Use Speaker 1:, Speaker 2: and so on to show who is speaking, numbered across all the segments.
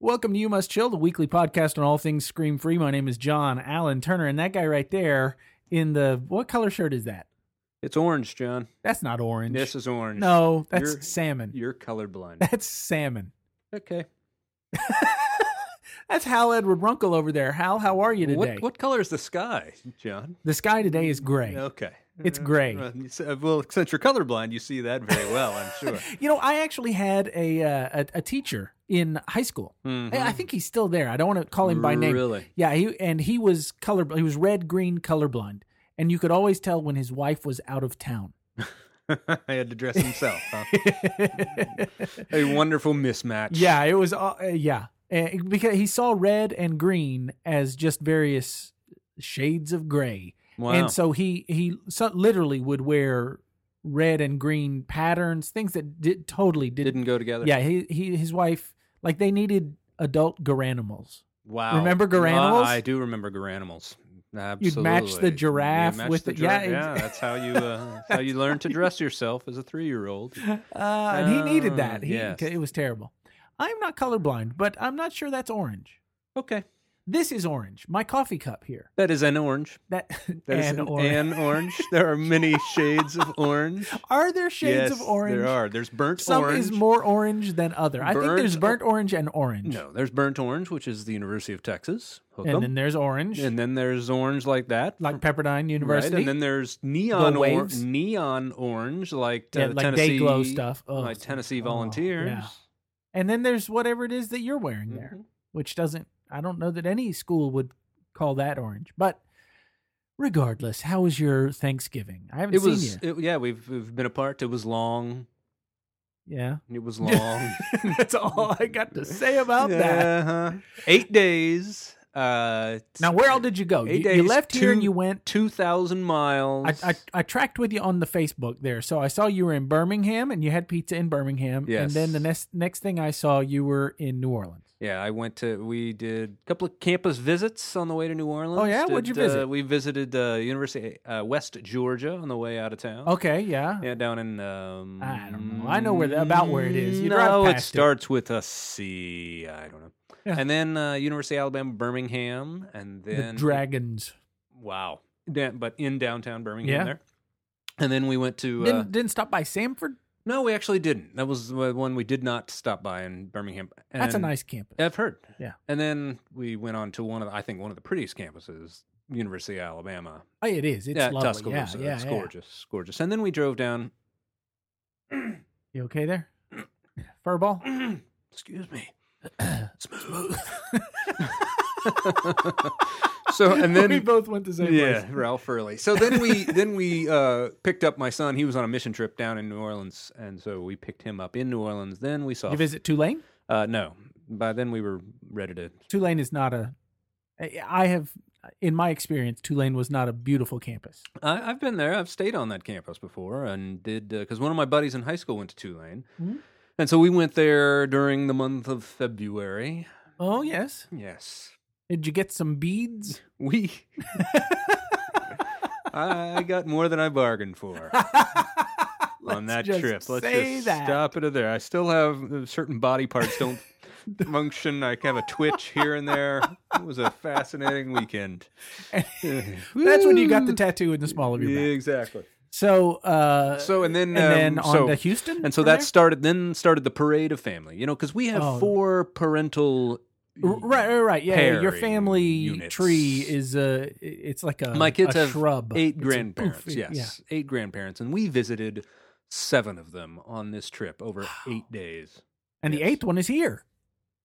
Speaker 1: Welcome to You Must Chill, the weekly podcast on all things Scream Free. My name is John Allen Turner, and that guy right there in the what color shirt is that?
Speaker 2: It's orange, John.
Speaker 1: That's not orange.
Speaker 2: This is orange.
Speaker 1: no, that's
Speaker 2: You're-
Speaker 1: salmon.
Speaker 2: You're colorblind.
Speaker 1: That's salmon.
Speaker 2: Okay.
Speaker 1: That's Hal Edward Runkle over there. Hal, how are you today?
Speaker 2: What what color is the sky, John?
Speaker 1: The sky today is gray.
Speaker 2: Okay.
Speaker 1: It's gray.
Speaker 2: Well, you said- well, since you're colorblind, you see that very well, I'm sure.
Speaker 1: You know, I actually had a uh, a, a teacher in high school.
Speaker 2: Mhm.
Speaker 1: I I think he's still there. I don't want to call him by name.
Speaker 2: Really?
Speaker 1: Yeah, he and he was color he was red green colorblind, and you could always tell when his wife was out of town.
Speaker 2: I had to dress himself. Huh? A wonderful mismatch.
Speaker 1: Yeah, it was all uh, yeah. Uh, because he saw red and green as just various shades of gray.
Speaker 2: Wow.
Speaker 1: And so he he so, literally would wear red and green patterns, things that did totally didn't.
Speaker 2: Didn't go together.
Speaker 1: yeah, he, he his wife like they needed adult garanimals.
Speaker 2: Wow.
Speaker 1: Remember Garanimals?
Speaker 2: Uh, I do remember Garanimals. Absolutely.
Speaker 1: You'd match the
Speaker 2: You
Speaker 1: giraffe
Speaker 2: match
Speaker 1: with
Speaker 2: the
Speaker 1: the- yeah,
Speaker 2: giraffe. Yeah,
Speaker 1: ex-
Speaker 2: that's how you uh, that's how you learn to dress yourself as a three year old.
Speaker 1: Uh, and he needed
Speaker 2: Ah,
Speaker 1: that. He,
Speaker 2: yes.
Speaker 1: It was terrible. I'm not colorblind, but I'm not sure that's orange.
Speaker 2: Okay.
Speaker 1: This is orange. My coffee cup here.
Speaker 2: That is an orange.
Speaker 1: That,
Speaker 2: That is
Speaker 1: and
Speaker 2: an
Speaker 1: orange.
Speaker 2: an orange. There are many shades of orange.
Speaker 1: Are there shades
Speaker 2: Yes,
Speaker 1: of orange?
Speaker 2: There are. There's burnt
Speaker 1: Some
Speaker 2: orange.
Speaker 1: is more orange than other. I think
Speaker 2: Burnt
Speaker 1: there's
Speaker 2: o-
Speaker 1: burnt orange and orange.
Speaker 2: no, there's burnt orange, which is the University of Texas. Hook
Speaker 1: And
Speaker 2: 'em.
Speaker 1: then there's orange,
Speaker 2: and then there's orange like that.
Speaker 1: like Pepperdine
Speaker 2: Right,
Speaker 1: University.
Speaker 2: and then there's neon or-
Speaker 1: waves.
Speaker 2: neon orange, like uh,
Speaker 1: Yeah, like
Speaker 2: Tennessee
Speaker 1: day glow stuff. Ugh.
Speaker 2: like Tennessee
Speaker 1: Oh,
Speaker 2: Volunteers.
Speaker 1: yeah. And then there's whatever it is that you're wearing there,
Speaker 2: Mhm.
Speaker 1: which doesn't, I don't know that any school would call that orange. But regardless, how was your Thanksgiving? I haven't
Speaker 2: It
Speaker 1: seen
Speaker 2: was
Speaker 1: you.
Speaker 2: it, yeah. We've we've been apart. It was long.
Speaker 1: Yeah.
Speaker 2: It was long.
Speaker 1: That's all I got to say about that.
Speaker 2: Uh-huh. Eight days. Uh,
Speaker 1: Now, where all did you go? You,
Speaker 2: Eight
Speaker 1: you
Speaker 2: days,
Speaker 1: left here and
Speaker 2: two-
Speaker 1: you went.
Speaker 2: two thousand miles?
Speaker 1: I, I, I tracked with you on the Facebook there. So I saw you were in Birmingham and you had pizza in Birmingham. And
Speaker 2: Yes.
Speaker 1: then the next next thing I saw, you were in New Orleans.
Speaker 2: Yeah, I went to. We did a couple of campus visits on the way to New Orleans.
Speaker 1: Oh, yeah?
Speaker 2: Did,
Speaker 1: Where'd you visit?
Speaker 2: Uh, we visited uh, University uh, West Georgia on the way out of town.
Speaker 1: Okay, yeah.
Speaker 2: Yeah, down in. Um,
Speaker 1: I don't know. I know where the- about where it is. You drive
Speaker 2: no, it
Speaker 1: past it.
Speaker 2: starts with a C. I don't know.
Speaker 1: Yeah.
Speaker 2: And then uh, University of Alabama Birmingham, and
Speaker 1: The
Speaker 2: then
Speaker 1: Dragons.
Speaker 2: Wow, Da- but in downtown Birmingham
Speaker 1: Yeah.
Speaker 2: there. And then we went to. uh,
Speaker 1: Didn't, didn't stop by Samford?
Speaker 2: no, we actually didn't. That was the one we did not stop by in Birmingham.
Speaker 1: That's a
Speaker 2: And-
Speaker 1: nice campus.
Speaker 2: I've heard.
Speaker 1: Yeah.
Speaker 2: And then we went on to one of the, I think one of the prettiest campuses, University of Alabama.
Speaker 1: Oh, it is. It's
Speaker 2: yeah,
Speaker 1: lovely.
Speaker 2: Tuscaloosa.
Speaker 1: Yeah, yeah,
Speaker 2: it's
Speaker 1: yeah.
Speaker 2: gorgeous, gorgeous. And then we drove down.
Speaker 1: You okay there? Furball?
Speaker 2: excuse me. Smooth. so and
Speaker 1: we
Speaker 2: then
Speaker 1: both went the same
Speaker 2: yeah,
Speaker 1: place.
Speaker 2: Ralph Furley. So then we then we uh, picked up my son. He was on a mission trip down in New Orleans, and so we picked him up in New Orleans. Then we saw
Speaker 1: You visit Tulane?
Speaker 2: uh, no. By then we were ready to
Speaker 1: Tulane is not a. I I have, in my experience, Tulane was not a beautiful campus.
Speaker 2: I, I've been there. I've stayed on that campus before, and did because one of my buddies in high school went to Tulane,
Speaker 1: Mhm.
Speaker 2: and so we went there during the month of February.
Speaker 1: Oh yes.
Speaker 2: Yes,
Speaker 1: Did you get some beads?
Speaker 2: we. I got more than I bargained for on that
Speaker 1: Let's
Speaker 2: trip.
Speaker 1: just
Speaker 2: Let's
Speaker 1: say
Speaker 2: just
Speaker 1: that.
Speaker 2: stop it there. I still have uh, certain body parts don't function. I have a twitch here and there. It was a fascinating weekend.
Speaker 1: That's when you got the tattoo in the small of your back.
Speaker 2: exactly.
Speaker 1: So, uh,
Speaker 2: So and then
Speaker 1: and
Speaker 2: um,
Speaker 1: then on
Speaker 2: so,
Speaker 1: to Houston,
Speaker 2: and so
Speaker 1: from
Speaker 2: that
Speaker 1: there?
Speaker 2: started then started the parade of family you know because we have
Speaker 1: Oh.
Speaker 2: four parental
Speaker 1: R- right, right, right. Yeah, yeah, your
Speaker 2: Pairing
Speaker 1: family
Speaker 2: units.
Speaker 1: tree is a. It's like a
Speaker 2: my kids
Speaker 1: a
Speaker 2: have
Speaker 1: shrub.
Speaker 2: eight
Speaker 1: It's a
Speaker 2: grandparents
Speaker 1: poof,
Speaker 2: yes
Speaker 1: yeah.
Speaker 2: eight grandparents and we visited seven of them on this trip over eight days
Speaker 1: and the
Speaker 2: Yes.
Speaker 1: eighth one is here.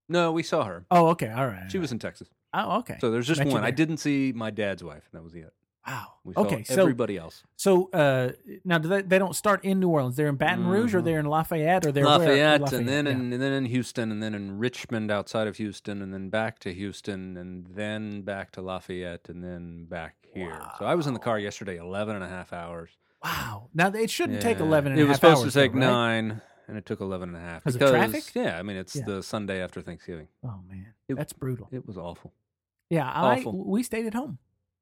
Speaker 2: no we saw her
Speaker 1: Oh, okay, all right.
Speaker 2: she was in texas
Speaker 1: Oh, okay.
Speaker 2: so there's just
Speaker 1: Met you
Speaker 2: one i
Speaker 1: there.
Speaker 2: didn't see my dad's wife and that was it
Speaker 1: wow.
Speaker 2: we saw
Speaker 1: Okay, so
Speaker 2: everybody else
Speaker 1: so uh, now do they, they don't start in New Orleans. They're in Baton Rouge, or
Speaker 2: Mhm.
Speaker 1: they're in Lafayette, or they're where?
Speaker 2: Lafayette, and
Speaker 1: Lafayette,
Speaker 2: then
Speaker 1: yeah.
Speaker 2: in, and then in Houston, and then in Richmond outside of Houston, and then back to Houston, and then back to Lafayette, and then back here. So I was in the car yesterday 11 and a half hours.
Speaker 1: wow. Now it shouldn't take
Speaker 2: Yeah.
Speaker 1: 11 and
Speaker 2: It
Speaker 1: a
Speaker 2: was
Speaker 1: half
Speaker 2: supposed
Speaker 1: hours,
Speaker 2: to take
Speaker 1: though, right?
Speaker 2: nine, and it took 11 and a half.
Speaker 1: 'Cause of traffic?
Speaker 2: Yeah, I mean, it's
Speaker 1: Yeah.
Speaker 2: the Sunday after Thanksgiving.
Speaker 1: Oh man,
Speaker 2: It-
Speaker 1: that's brutal.
Speaker 2: It was awful.
Speaker 1: Yeah, I
Speaker 2: awful.
Speaker 1: we stayed at home.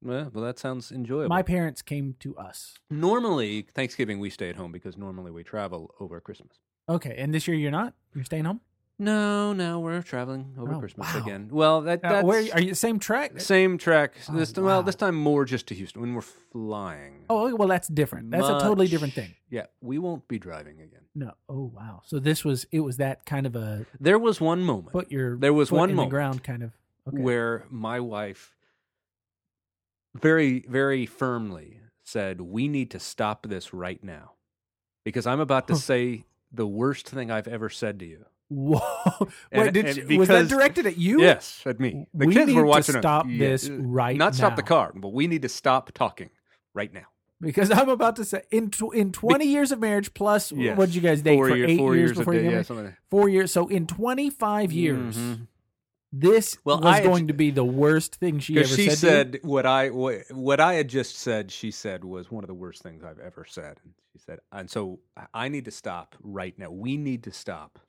Speaker 2: Yeah, well, that sounds enjoyable.
Speaker 1: My parents came to us.
Speaker 2: normally, Thanksgiving, we stay at home because normally we travel over Christmas.
Speaker 1: Okay, and this year you're not. You're staying home.
Speaker 2: No, no, we're traveling over
Speaker 1: Oh,
Speaker 2: Christmas
Speaker 1: wow.
Speaker 2: again. Well, that
Speaker 1: Uh,
Speaker 2: that's
Speaker 1: where are you? Same track?
Speaker 2: same track.
Speaker 1: Oh,
Speaker 2: this time,
Speaker 1: wow.
Speaker 2: well, this time more just to Houston when we're flying.
Speaker 1: Oh, well, that's different. That's a totally different
Speaker 2: Much-
Speaker 1: thing.
Speaker 2: Yeah, we won't be driving again.
Speaker 1: No. Oh, wow. So this was it was that kind of a
Speaker 2: There was one moment
Speaker 1: put your
Speaker 2: There was
Speaker 1: foot
Speaker 2: one
Speaker 1: in
Speaker 2: moment
Speaker 1: the ground kind of. Okay.
Speaker 2: where my wife very very firmly said, "We need to stop this right now." Because I'm about to say the worst thing I've ever said to you.
Speaker 1: Whoa! Wait,
Speaker 2: And-
Speaker 1: did
Speaker 2: and
Speaker 1: you, was that
Speaker 2: because-
Speaker 1: directed at you?
Speaker 2: yes, at me. The
Speaker 1: we
Speaker 2: kids
Speaker 1: need
Speaker 2: were watching
Speaker 1: to
Speaker 2: it.
Speaker 1: stop
Speaker 2: Yeah,
Speaker 1: this
Speaker 2: uh,
Speaker 1: right
Speaker 2: Not stop the
Speaker 1: now.
Speaker 2: car, but we need to stop talking right now.
Speaker 1: Because I'm about to say in tw- in 20 years of marriage plus
Speaker 2: Yes.
Speaker 1: what did you guys date
Speaker 2: Four
Speaker 1: for
Speaker 2: year-
Speaker 1: eight
Speaker 2: four
Speaker 1: years,
Speaker 2: years a
Speaker 1: before you
Speaker 2: day,
Speaker 1: got
Speaker 2: yeah,
Speaker 1: married?
Speaker 2: something like
Speaker 1: Four years. So in 25 years,
Speaker 2: Mhm.
Speaker 1: this
Speaker 2: Well,
Speaker 1: was
Speaker 2: I had-
Speaker 1: going to be the worst thing she ever
Speaker 2: Because she
Speaker 1: said. to you?
Speaker 2: said what I what, what I had just said. She said was one of the worst things I've ever said. And she said, and so I- I need to stop right now. We need to stop.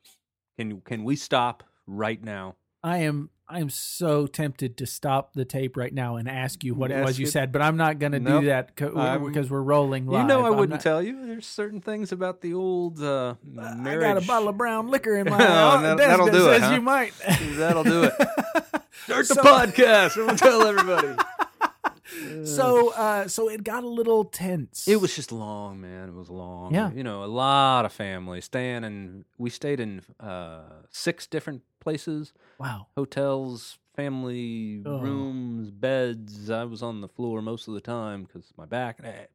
Speaker 2: Can can we stop right now?
Speaker 1: I am I am so tempted to stop the tape right now and ask you what it
Speaker 2: Ask
Speaker 1: was you
Speaker 2: it.
Speaker 1: said, but I'm not going to
Speaker 2: Nope.
Speaker 1: do that co-
Speaker 2: I'm-
Speaker 1: because we're rolling live.
Speaker 2: you know, I
Speaker 1: I'm
Speaker 2: wouldn't
Speaker 1: not-
Speaker 2: tell you. There's certain things about the old uh, marriage.
Speaker 1: I got a bottle of brown liquor in my
Speaker 2: Oh,
Speaker 1: house.
Speaker 2: that-
Speaker 1: desk
Speaker 2: that'll
Speaker 1: that
Speaker 2: do it,
Speaker 1: says
Speaker 2: huh?
Speaker 1: You might.
Speaker 2: That'll do it. Uh. Start the
Speaker 1: So-
Speaker 2: podcast. I'm gonna tell everybody.
Speaker 1: so uh, so it got a little tense.
Speaker 2: It was just long, man. It was long.
Speaker 1: Yeah.
Speaker 2: You know, a lot of family staying in we stayed in uh six different places,
Speaker 1: wow.
Speaker 2: hotels, family
Speaker 1: Oh.
Speaker 2: rooms, beds. I was on the floor most of the time cuz my back eh.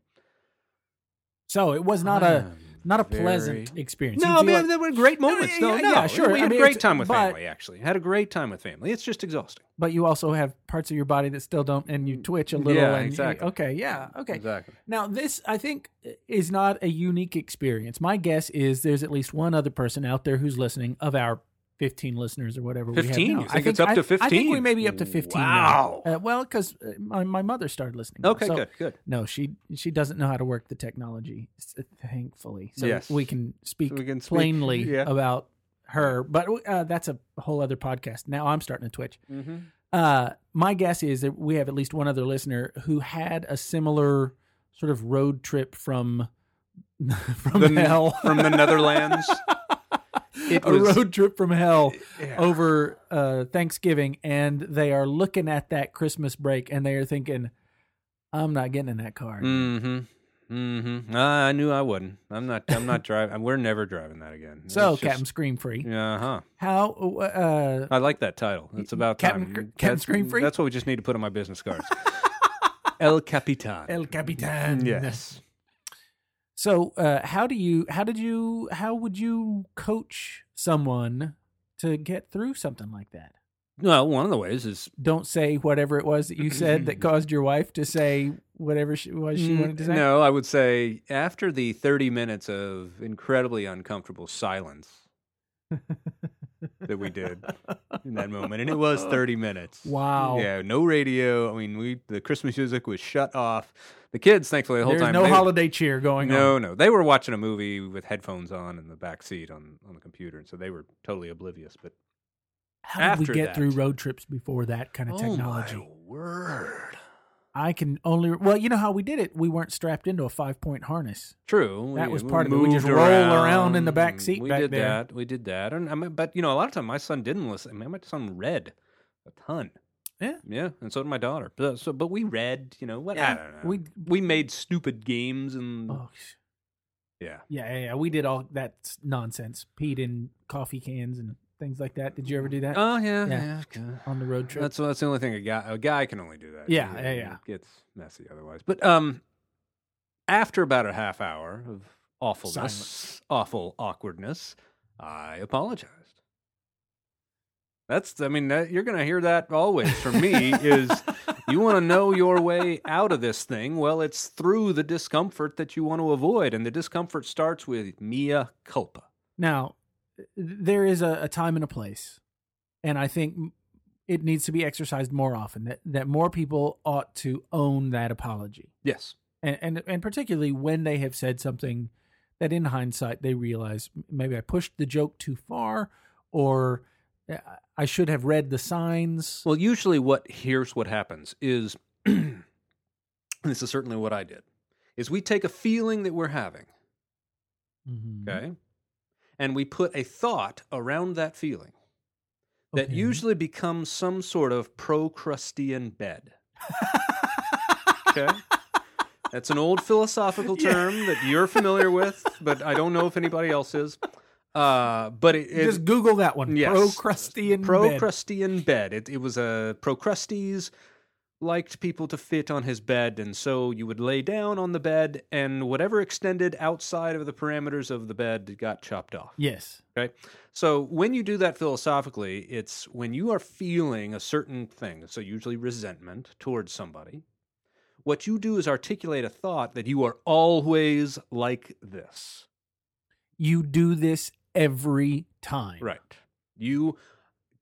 Speaker 1: So it was not
Speaker 2: I
Speaker 1: a
Speaker 2: am
Speaker 1: not a
Speaker 2: Ah. very-
Speaker 1: pleasant experience. You
Speaker 2: No,
Speaker 1: feel
Speaker 2: man,
Speaker 1: like-
Speaker 2: there were great moments.
Speaker 1: No,
Speaker 2: No,
Speaker 1: yeah,
Speaker 2: no,
Speaker 1: yeah, sure.
Speaker 2: We
Speaker 1: I
Speaker 2: had
Speaker 1: mean,
Speaker 2: a great
Speaker 1: it's-
Speaker 2: time with
Speaker 1: but-
Speaker 2: family actually. Had a great time with family. It's just exhausting.
Speaker 1: but you also have parts of your body that still don't, and you twitch a little.
Speaker 2: Yeah,
Speaker 1: and you-
Speaker 2: exactly.
Speaker 1: okay, yeah, okay.
Speaker 2: Exactly.
Speaker 1: Now, this I think is not a unique experience. My guess is there's at least one other person out there who's listening of our 15 listeners or whatever. We
Speaker 2: 15?
Speaker 1: have now.
Speaker 2: You think it's up
Speaker 1: I-
Speaker 2: to
Speaker 1: I think we
Speaker 2: 15?
Speaker 1: may be up to 15. now.
Speaker 2: Wow.
Speaker 1: Uh, well, because my, my mother started listening.
Speaker 2: Okay,
Speaker 1: So-
Speaker 2: good. Good.
Speaker 1: No, she she doesn't know how to work the technology, s- uh, thankfully. So
Speaker 2: Yes.
Speaker 1: we can speak
Speaker 2: We can speak-
Speaker 1: plainly
Speaker 2: yeah.
Speaker 1: about her. But uh, that's a whole other podcast. Now I'm starting to twitch.
Speaker 2: Mm-hmm.
Speaker 1: Uh, my guess is that we have at least one other listener who had a similar sort of road trip from from
Speaker 2: The-
Speaker 1: hell,
Speaker 2: From the Netherlands. It
Speaker 1: a
Speaker 2: was-
Speaker 1: road trip from hell
Speaker 2: Yeah.
Speaker 1: over uh, Thanksgiving, and they are looking at that Christmas break, and they are thinking, "I'm not getting in that car."
Speaker 2: Mm, Mm-hmm. Mm-hmm. I I knew I wouldn't. I'm not. I'm not driving. We're never driving that again.
Speaker 1: So, Captain Scream Free,
Speaker 2: Yeah, uh-huh. huh.
Speaker 1: how? Uh,
Speaker 2: I like that title. It's about
Speaker 1: Captain
Speaker 2: time.
Speaker 1: Cr- Captain
Speaker 2: That's-
Speaker 1: Scream Free?
Speaker 2: That's what we just need to put on my business cards. El Capitan.
Speaker 1: El Capitan.
Speaker 2: Yes.
Speaker 1: So, uh, how do you? How did you? How would you coach someone to get through something like that?
Speaker 2: Well, one of the ways is
Speaker 1: Don't say whatever it was that you said that caused your wife to say whatever she was she wanted to say.
Speaker 2: Mm, no. I would say after the 30 minutes of incredibly uncomfortable silence that we did in that moment, and it was 30 minutes.
Speaker 1: Wow.
Speaker 2: Yeah, no radio. I mean, we the Christmas music was shut off. The kids, thankfully, the whole
Speaker 1: There's
Speaker 2: time
Speaker 1: no
Speaker 2: they-
Speaker 1: holiday cheer going
Speaker 2: No,
Speaker 1: on.
Speaker 2: no, they were watching a movie with headphones on in the back seat on on the computer, and so they were totally oblivious. But
Speaker 1: How did we
Speaker 2: After
Speaker 1: get
Speaker 2: that. Oh,
Speaker 1: through road trips before that kind of technology?
Speaker 2: word!
Speaker 1: I can only well, you know how we did it. We weren't strapped into a five point harness.
Speaker 2: True,
Speaker 1: That
Speaker 2: we-
Speaker 1: was
Speaker 2: we
Speaker 1: part of it. We just
Speaker 2: moved
Speaker 1: roll around in the back
Speaker 2: around.
Speaker 1: seat
Speaker 2: We
Speaker 1: back
Speaker 2: did
Speaker 1: there.
Speaker 2: that. We did that, and I mean, but you know, a lot of time my son didn't listen. I mean, my son read a ton.
Speaker 1: Yeah.
Speaker 2: yeah, and so did my daughter. But, so, but we read. You know what? I don't know.
Speaker 1: we
Speaker 2: we made stupid games and
Speaker 1: oh, sh-
Speaker 2: yeah.
Speaker 1: yeah, yeah, yeah, we did all that s- nonsense. Peed in coffee cans and things like that. Did you ever do that
Speaker 2: Oh yeah,
Speaker 1: Yeah.
Speaker 2: yeah. okay.
Speaker 1: on the road trip?
Speaker 2: That's that's the only thing a guy a guy can only do that.
Speaker 1: Yeah,
Speaker 2: It-
Speaker 1: yeah, yeah.
Speaker 2: It gets messy otherwise. But um, after about a half hour of awfulness,
Speaker 1: Silence.
Speaker 2: awful awkwardness, I apologized. That's I mean that, you're gonna hear that always from me is you want to know your way out of this thing. Well, it's through the discomfort that you want to avoid, and the discomfort starts with mea culpa.
Speaker 1: Now, there is a, a time and a place, and I think it needs to be exercised more often. That that more people ought to own that apology,
Speaker 2: Yes.
Speaker 1: and and, and particularly when they have said something that, in hindsight, they realize maybe I pushed the joke too far, or uh, I should have read the signs.
Speaker 2: Well, usually what here's what happens is and this is certainly what I did. Is we take a feeling that we're having,
Speaker 1: Mhm.
Speaker 2: okay? and we put a thought around that feeling that
Speaker 1: Okay.
Speaker 2: usually becomes some sort of procrustean bed. Okay? That's an old philosophical
Speaker 1: Yeah.
Speaker 2: term that you're familiar with, but I don't know if anybody else is. Uh, but it, it
Speaker 1: Just Google that one.
Speaker 2: Yes.
Speaker 1: Procrustean bed.
Speaker 2: Procrustean bed. It, it was a Procrustes liked people to fit on his bed, and so you would lay down on the bed, and whatever extended outside of the parameters of the bed got chopped off.
Speaker 1: Yes.
Speaker 2: Okay. So when you do that philosophically, it's when you are feeling a certain thing, so usually resentment towards somebody, what you do is articulate a thought that you are always like this.
Speaker 1: You do this every time.
Speaker 2: Right. You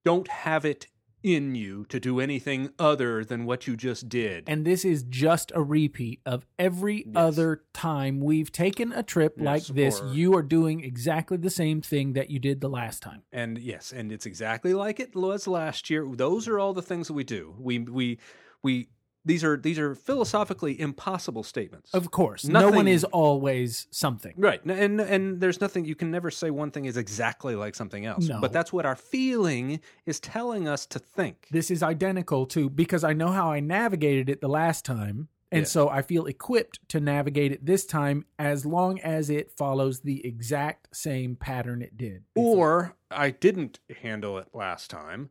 Speaker 2: don't have it in you to do anything other than what you just did.
Speaker 1: And this is just a repeat of every
Speaker 2: Yes.
Speaker 1: other time we've taken a trip
Speaker 2: Yes,
Speaker 1: like this.
Speaker 2: or-
Speaker 1: You are doing exactly the same thing that you did the last time.
Speaker 2: and yes, and it's exactly like it was last year. Those are all the things that we do. We we we these are these are philosophically impossible statements.
Speaker 1: Of course. No one
Speaker 2: Nothing-
Speaker 1: is always something.
Speaker 2: Right. N- And and there's nothing you can never say one thing is exactly like something else.
Speaker 1: No.
Speaker 2: But that's what our feeling is telling us to think.
Speaker 1: This is identical to because I know how I navigated it the last time. And
Speaker 2: Yes.
Speaker 1: so I feel equipped to navigate it this time as long as it follows the exact same pattern it did. before.
Speaker 2: Or I didn't handle it last time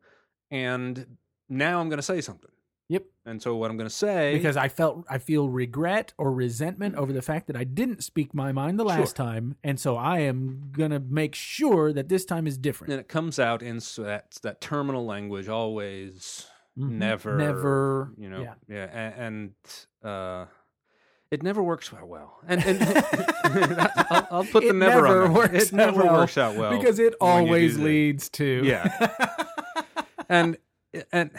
Speaker 2: and now I'm going to say something.
Speaker 1: Yep.
Speaker 2: And so what I'm going to say
Speaker 1: because I felt I feel regret or resentment over the fact that I didn't speak my mind the last time, and so I am gonna make sure that this time is different.
Speaker 2: and it comes out in s- that that terminal language always
Speaker 1: Mhm.
Speaker 2: never,
Speaker 1: never,
Speaker 2: you know.
Speaker 1: yeah.
Speaker 2: Yeah. a- And, uh it never works out well. And, and I'll, I'll put the
Speaker 1: It
Speaker 2: never,
Speaker 1: never
Speaker 2: on. that.
Speaker 1: works
Speaker 2: it never
Speaker 1: out well
Speaker 2: works out well
Speaker 1: because it
Speaker 2: when you do
Speaker 1: always
Speaker 2: that.
Speaker 1: leads to
Speaker 2: Yeah. and and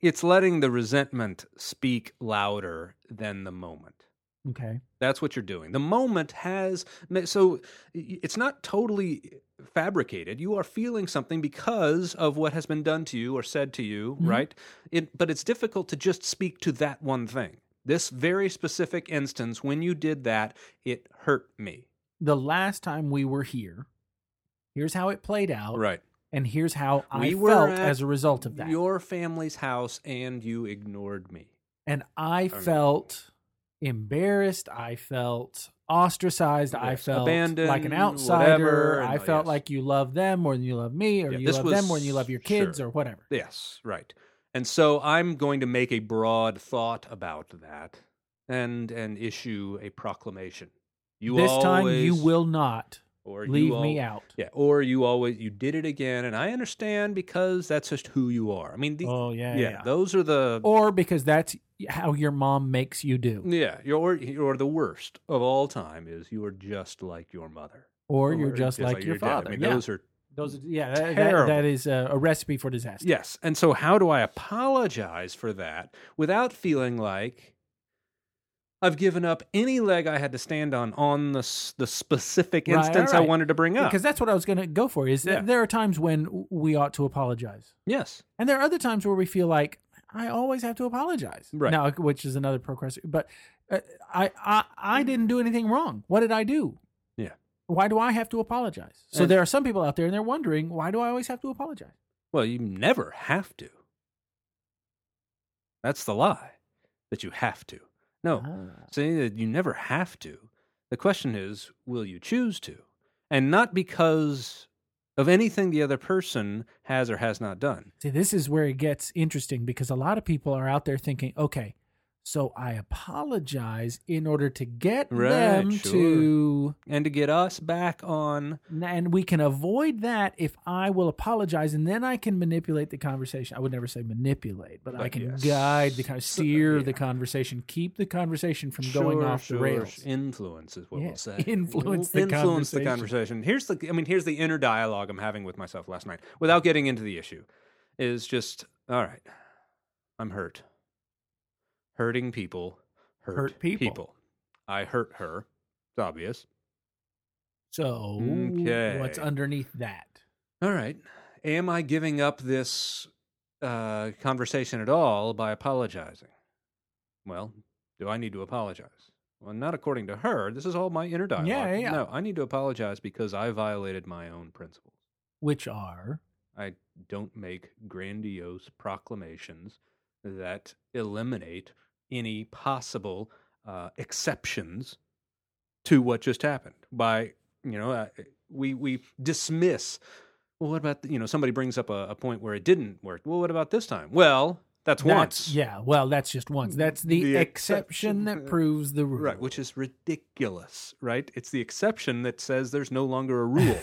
Speaker 2: it's letting the resentment speak louder than the moment.
Speaker 1: okay,
Speaker 2: That's what you're doing. The moment has so it's not totally fabricated. You are feeling something because of what has been done to you or said to you,
Speaker 1: Mhm.
Speaker 2: right? It, but it's difficult to just speak to that one thing. This very specific instance when you did that, it hurt me.
Speaker 1: the last time we were here, here's how it played out,
Speaker 2: Right.
Speaker 1: and here's how
Speaker 2: We
Speaker 1: I
Speaker 2: were
Speaker 1: felt
Speaker 2: at
Speaker 1: as a result of that,
Speaker 2: Your family's house and you ignored me.
Speaker 1: and I
Speaker 2: Oh, no.
Speaker 1: felt embarrassed. I felt ostracized. I
Speaker 2: Yes,
Speaker 1: felt
Speaker 2: abandoned,
Speaker 1: like an outsider.
Speaker 2: whatever, and
Speaker 1: I
Speaker 2: all-
Speaker 1: felt
Speaker 2: yes.
Speaker 1: like you love them more than you love me, or
Speaker 2: Yeah,
Speaker 1: you
Speaker 2: this
Speaker 1: love
Speaker 2: was-
Speaker 1: them more than you love your kids,
Speaker 2: sure.
Speaker 1: or whatever.
Speaker 2: Yes, right. And so I'm going to make a broad thought about that and and issue a proclamation. You
Speaker 1: this time you
Speaker 2: always-
Speaker 1: will not
Speaker 2: or you
Speaker 1: leave
Speaker 2: al-
Speaker 1: me out.
Speaker 2: Yeah, or you always you did it again, and I understand because that's just who you are. I mean, the,
Speaker 1: oh yeah,
Speaker 2: yeah,
Speaker 1: yeah.
Speaker 2: those are the
Speaker 1: Or because that's how your mom makes you do,
Speaker 2: yeah, you're you're the worst of all time is you are just like your mother,
Speaker 1: or you're just like, your,
Speaker 2: dad.
Speaker 1: father.
Speaker 2: I mean,
Speaker 1: yeah,
Speaker 2: those are
Speaker 1: those, are- yeah, that, that-
Speaker 2: terrible.
Speaker 1: that is a, a recipe for disaster.
Speaker 2: Yes. And so, how do I apologize for that without feeling like I've given up any leg I had to stand on on the, s- the specific
Speaker 1: Right,
Speaker 2: instance I
Speaker 1: right.
Speaker 2: wanted to bring up?
Speaker 1: Because that's what I was going to go for. Is that
Speaker 2: Yeah.
Speaker 1: there are times when we ought to apologize.
Speaker 2: yes.
Speaker 1: And there are other times where we feel like I always have to apologize.
Speaker 2: Right.
Speaker 1: Now, which is another procrastination. But uh, I, I, I didn't do anything wrong. What did I do?
Speaker 2: Yeah.
Speaker 1: Why do I have to apologize? So
Speaker 2: And-
Speaker 1: there are some people out there and they're wondering, why do I always have to apologize?
Speaker 2: Well, you never have to. That's the lie that you have to. No.
Speaker 1: Ah.
Speaker 2: saying that you never have to. The question is, will you choose to? And not because of anything the other person has or has not done.
Speaker 1: See, this is where it gets interesting because a lot of people are out there thinking, okay, so I apologize in order to get
Speaker 2: Right,
Speaker 1: them
Speaker 2: sure.
Speaker 1: to
Speaker 2: And to get us back on
Speaker 1: N- and we can avoid that if I will apologize, and then I can manipulate the conversation. I would never say manipulate, but I
Speaker 2: But
Speaker 1: can
Speaker 2: yes.
Speaker 1: guide the con-
Speaker 2: So-
Speaker 1: steer
Speaker 2: yeah.
Speaker 1: the conversation, keep the conversation from going
Speaker 2: Sure,
Speaker 1: off
Speaker 2: sure.
Speaker 1: the rails.
Speaker 2: Influence is what
Speaker 1: Yeah,
Speaker 2: we'll say.
Speaker 1: influence the
Speaker 2: influence
Speaker 1: conversation.
Speaker 2: the conversation. Here's the. I mean, here's the inner dialogue I'm having with myself last night, without getting into the issue. Is just all right. I'm hurt. Hurting people hurt,
Speaker 1: Hurt people.
Speaker 2: I hurt her. It's obvious.
Speaker 1: So,
Speaker 2: Okay.
Speaker 1: what's underneath that?
Speaker 2: All right. Am I giving up this uh, conversation at all by apologizing? Well, do I need to apologize? Well, not according to her. This is all my inner dialogue.
Speaker 1: Yeah, yeah, yeah.
Speaker 2: No, I need to apologize because I violated my own principles.
Speaker 1: which are
Speaker 2: I don't make grandiose proclamations that eliminate any possible uh, exceptions to what just happened. By you know, uh, we we dismiss. Well, what about you know? Somebody brings up a, a point where it didn't work. Well, what about this time? Well, that's, once.
Speaker 1: That's, yeah, well, that's just once. That's the,
Speaker 2: The
Speaker 1: exception,
Speaker 2: exception.
Speaker 1: that proves the rule.
Speaker 2: Right, which is ridiculous, right? It's the exception that says there's no longer a rule,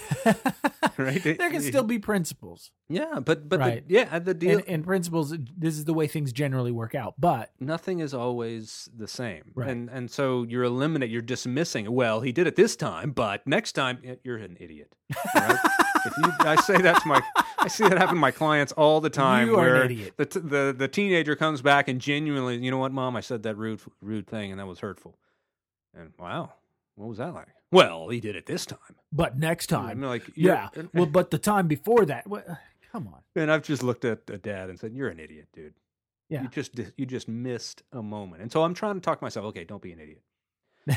Speaker 2: right?
Speaker 1: there can still be principles.
Speaker 2: yeah, but but
Speaker 1: Right.
Speaker 2: the, yeah, the deal.
Speaker 1: And, and principles, this is the way things generally work out. But
Speaker 2: nothing is always the same
Speaker 1: Right.
Speaker 2: and and so you're eliminating you're dismissing well he did it this time but next time y- you're an idiot right? if you, i say that to my i see that happen to my clients all the time
Speaker 1: You are an
Speaker 2: where
Speaker 1: idiot.
Speaker 2: The, t- the the teenager comes back and genuinely you know what mom i said that rude rude thing and that was hurtful and wow what was that like well he did it this time
Speaker 1: but next
Speaker 2: I'm
Speaker 1: time,
Speaker 2: like
Speaker 1: yeah.
Speaker 2: you're-
Speaker 1: Well, but the time before that, what, come on.
Speaker 2: and I've just looked at a dad and said, "You're an idiot, dude.
Speaker 1: Yeah.
Speaker 2: You just you just missed a moment." And so I'm trying to talk myself. Okay, don't be an idiot.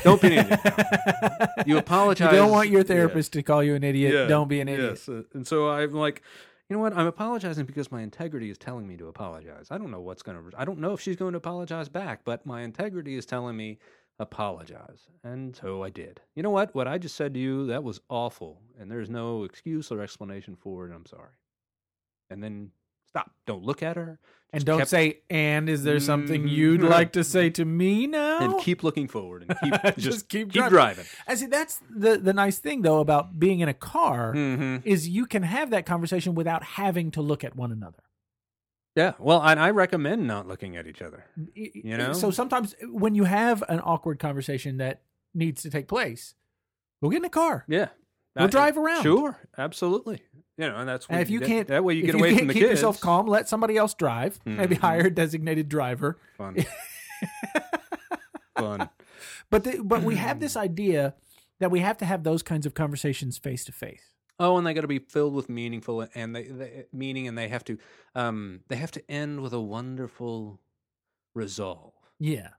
Speaker 2: Don't be an idiot. You apologize.
Speaker 1: You don't want your
Speaker 2: Yeah.
Speaker 1: therapist to call you an idiot.
Speaker 2: Yeah.
Speaker 1: Don't be an idiot.
Speaker 2: Yes. uh, And so I'm like, you know what? I'm apologizing because my integrity is telling me to apologize. I don't know what's going to. I don't know if she's going to apologize back, but my integrity is telling me apologize. And so I did. You know what? What I just said to you that was awful, and there's no excuse or explanation for it. And I'm sorry. And then stop. Don't look at her.
Speaker 1: And
Speaker 2: Just
Speaker 1: don't
Speaker 2: kept-
Speaker 1: say, and is there something
Speaker 2: Mm.
Speaker 1: you'd like to say to me now?
Speaker 2: and keep looking forward and keep
Speaker 1: Just
Speaker 2: just,
Speaker 1: keep
Speaker 2: keep,
Speaker 1: driving.
Speaker 2: driving.
Speaker 1: I see that's the, the nice thing though about being in a car
Speaker 2: Hmm.
Speaker 1: is you can have that conversation without having to look at one another.
Speaker 2: Yeah. Well, and I recommend not looking at each other.
Speaker 1: Y- y-
Speaker 2: You know?
Speaker 1: So sometimes when you have an awkward conversation that needs to take place, go get in a car.
Speaker 2: Yeah.
Speaker 1: We'll
Speaker 2: I-
Speaker 1: drive around.
Speaker 2: Sure, absolutely. You know, and that's
Speaker 1: And
Speaker 2: what-
Speaker 1: if you
Speaker 2: that-
Speaker 1: can't-
Speaker 2: that way you
Speaker 1: If
Speaker 2: get away
Speaker 1: can't
Speaker 2: from the
Speaker 1: keep
Speaker 2: kids.
Speaker 1: yourself calm, let somebody else drive. Maybe
Speaker 2: Mhm.
Speaker 1: hire a designated driver.
Speaker 2: Fun, fun.
Speaker 1: But the, but we have this idea that we have to have those kinds of conversations face to face.
Speaker 2: Oh, and they got to be filled with meaningful and they, they meaning, and they have to, um, they have to end with a wonderful resolve.
Speaker 1: Yeah.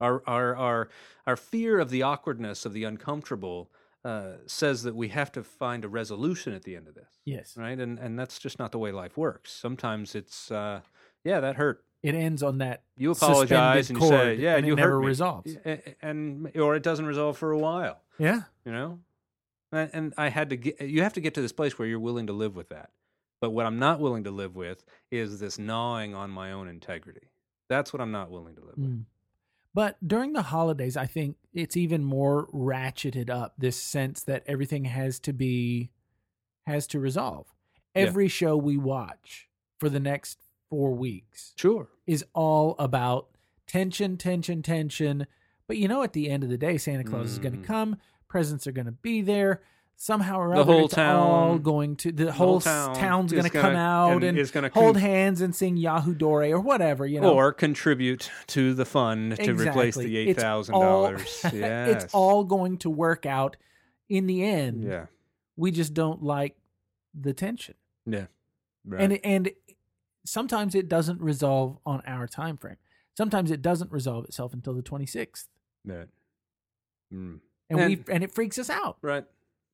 Speaker 2: Our our our our fear of the awkwardness of the uncomfortable uh, says that we have to find a resolution at the end of this,
Speaker 1: Yes.
Speaker 2: right? And and that's just not the way life works. Sometimes it's, uh, yeah, that hurt.
Speaker 1: It ends on that
Speaker 2: You apologize
Speaker 1: suspended
Speaker 2: and you
Speaker 1: chord,
Speaker 2: say, yeah,
Speaker 1: and
Speaker 2: you
Speaker 1: it never
Speaker 2: hurt me.
Speaker 1: resolves.
Speaker 2: A- a- and or it doesn't resolve for a while
Speaker 1: Yeah.
Speaker 2: you know and, and i had to get you have to get to this place where you're willing to live with that but what i'm not willing to live with is this gnawing on my own integrity that's what i'm not willing to live with
Speaker 1: Mm. But during the holidays, I think it's even more ratcheted up this sense that everything has to be has to resolve.
Speaker 2: Yeah.
Speaker 1: Every show we watch for the next 4 weeks
Speaker 2: sure
Speaker 1: is all about tension, tension, tension. But you know at the end of the day Santa Claus is going to
Speaker 2: Mm.
Speaker 1: come, presents are going to be there. Somehow or
Speaker 2: The
Speaker 1: other,
Speaker 2: whole
Speaker 1: it's all
Speaker 2: town-
Speaker 1: going to the,
Speaker 2: the
Speaker 1: whole,
Speaker 2: whole
Speaker 1: s-
Speaker 2: town
Speaker 1: town's
Speaker 2: is
Speaker 1: going to
Speaker 2: gonna-
Speaker 1: come out
Speaker 2: and
Speaker 1: and,
Speaker 2: is gonna
Speaker 1: hold
Speaker 2: con-
Speaker 1: hands and sing Yahoo Dore or whatever, you know.
Speaker 2: or contribute to the fund to replace
Speaker 1: Exactly.
Speaker 2: the
Speaker 1: It's
Speaker 2: $8000
Speaker 1: all-
Speaker 2: yeah
Speaker 1: It's all going to work out in the end.
Speaker 2: yeah
Speaker 1: We just don't like the tension.
Speaker 2: yeah right.
Speaker 1: And and sometimes it doesn't resolve on our time frame. Sometimes it doesn't resolve itself until the 26th.
Speaker 2: right. Mm.
Speaker 1: And, we
Speaker 2: And-
Speaker 1: and it freaks us out.
Speaker 2: right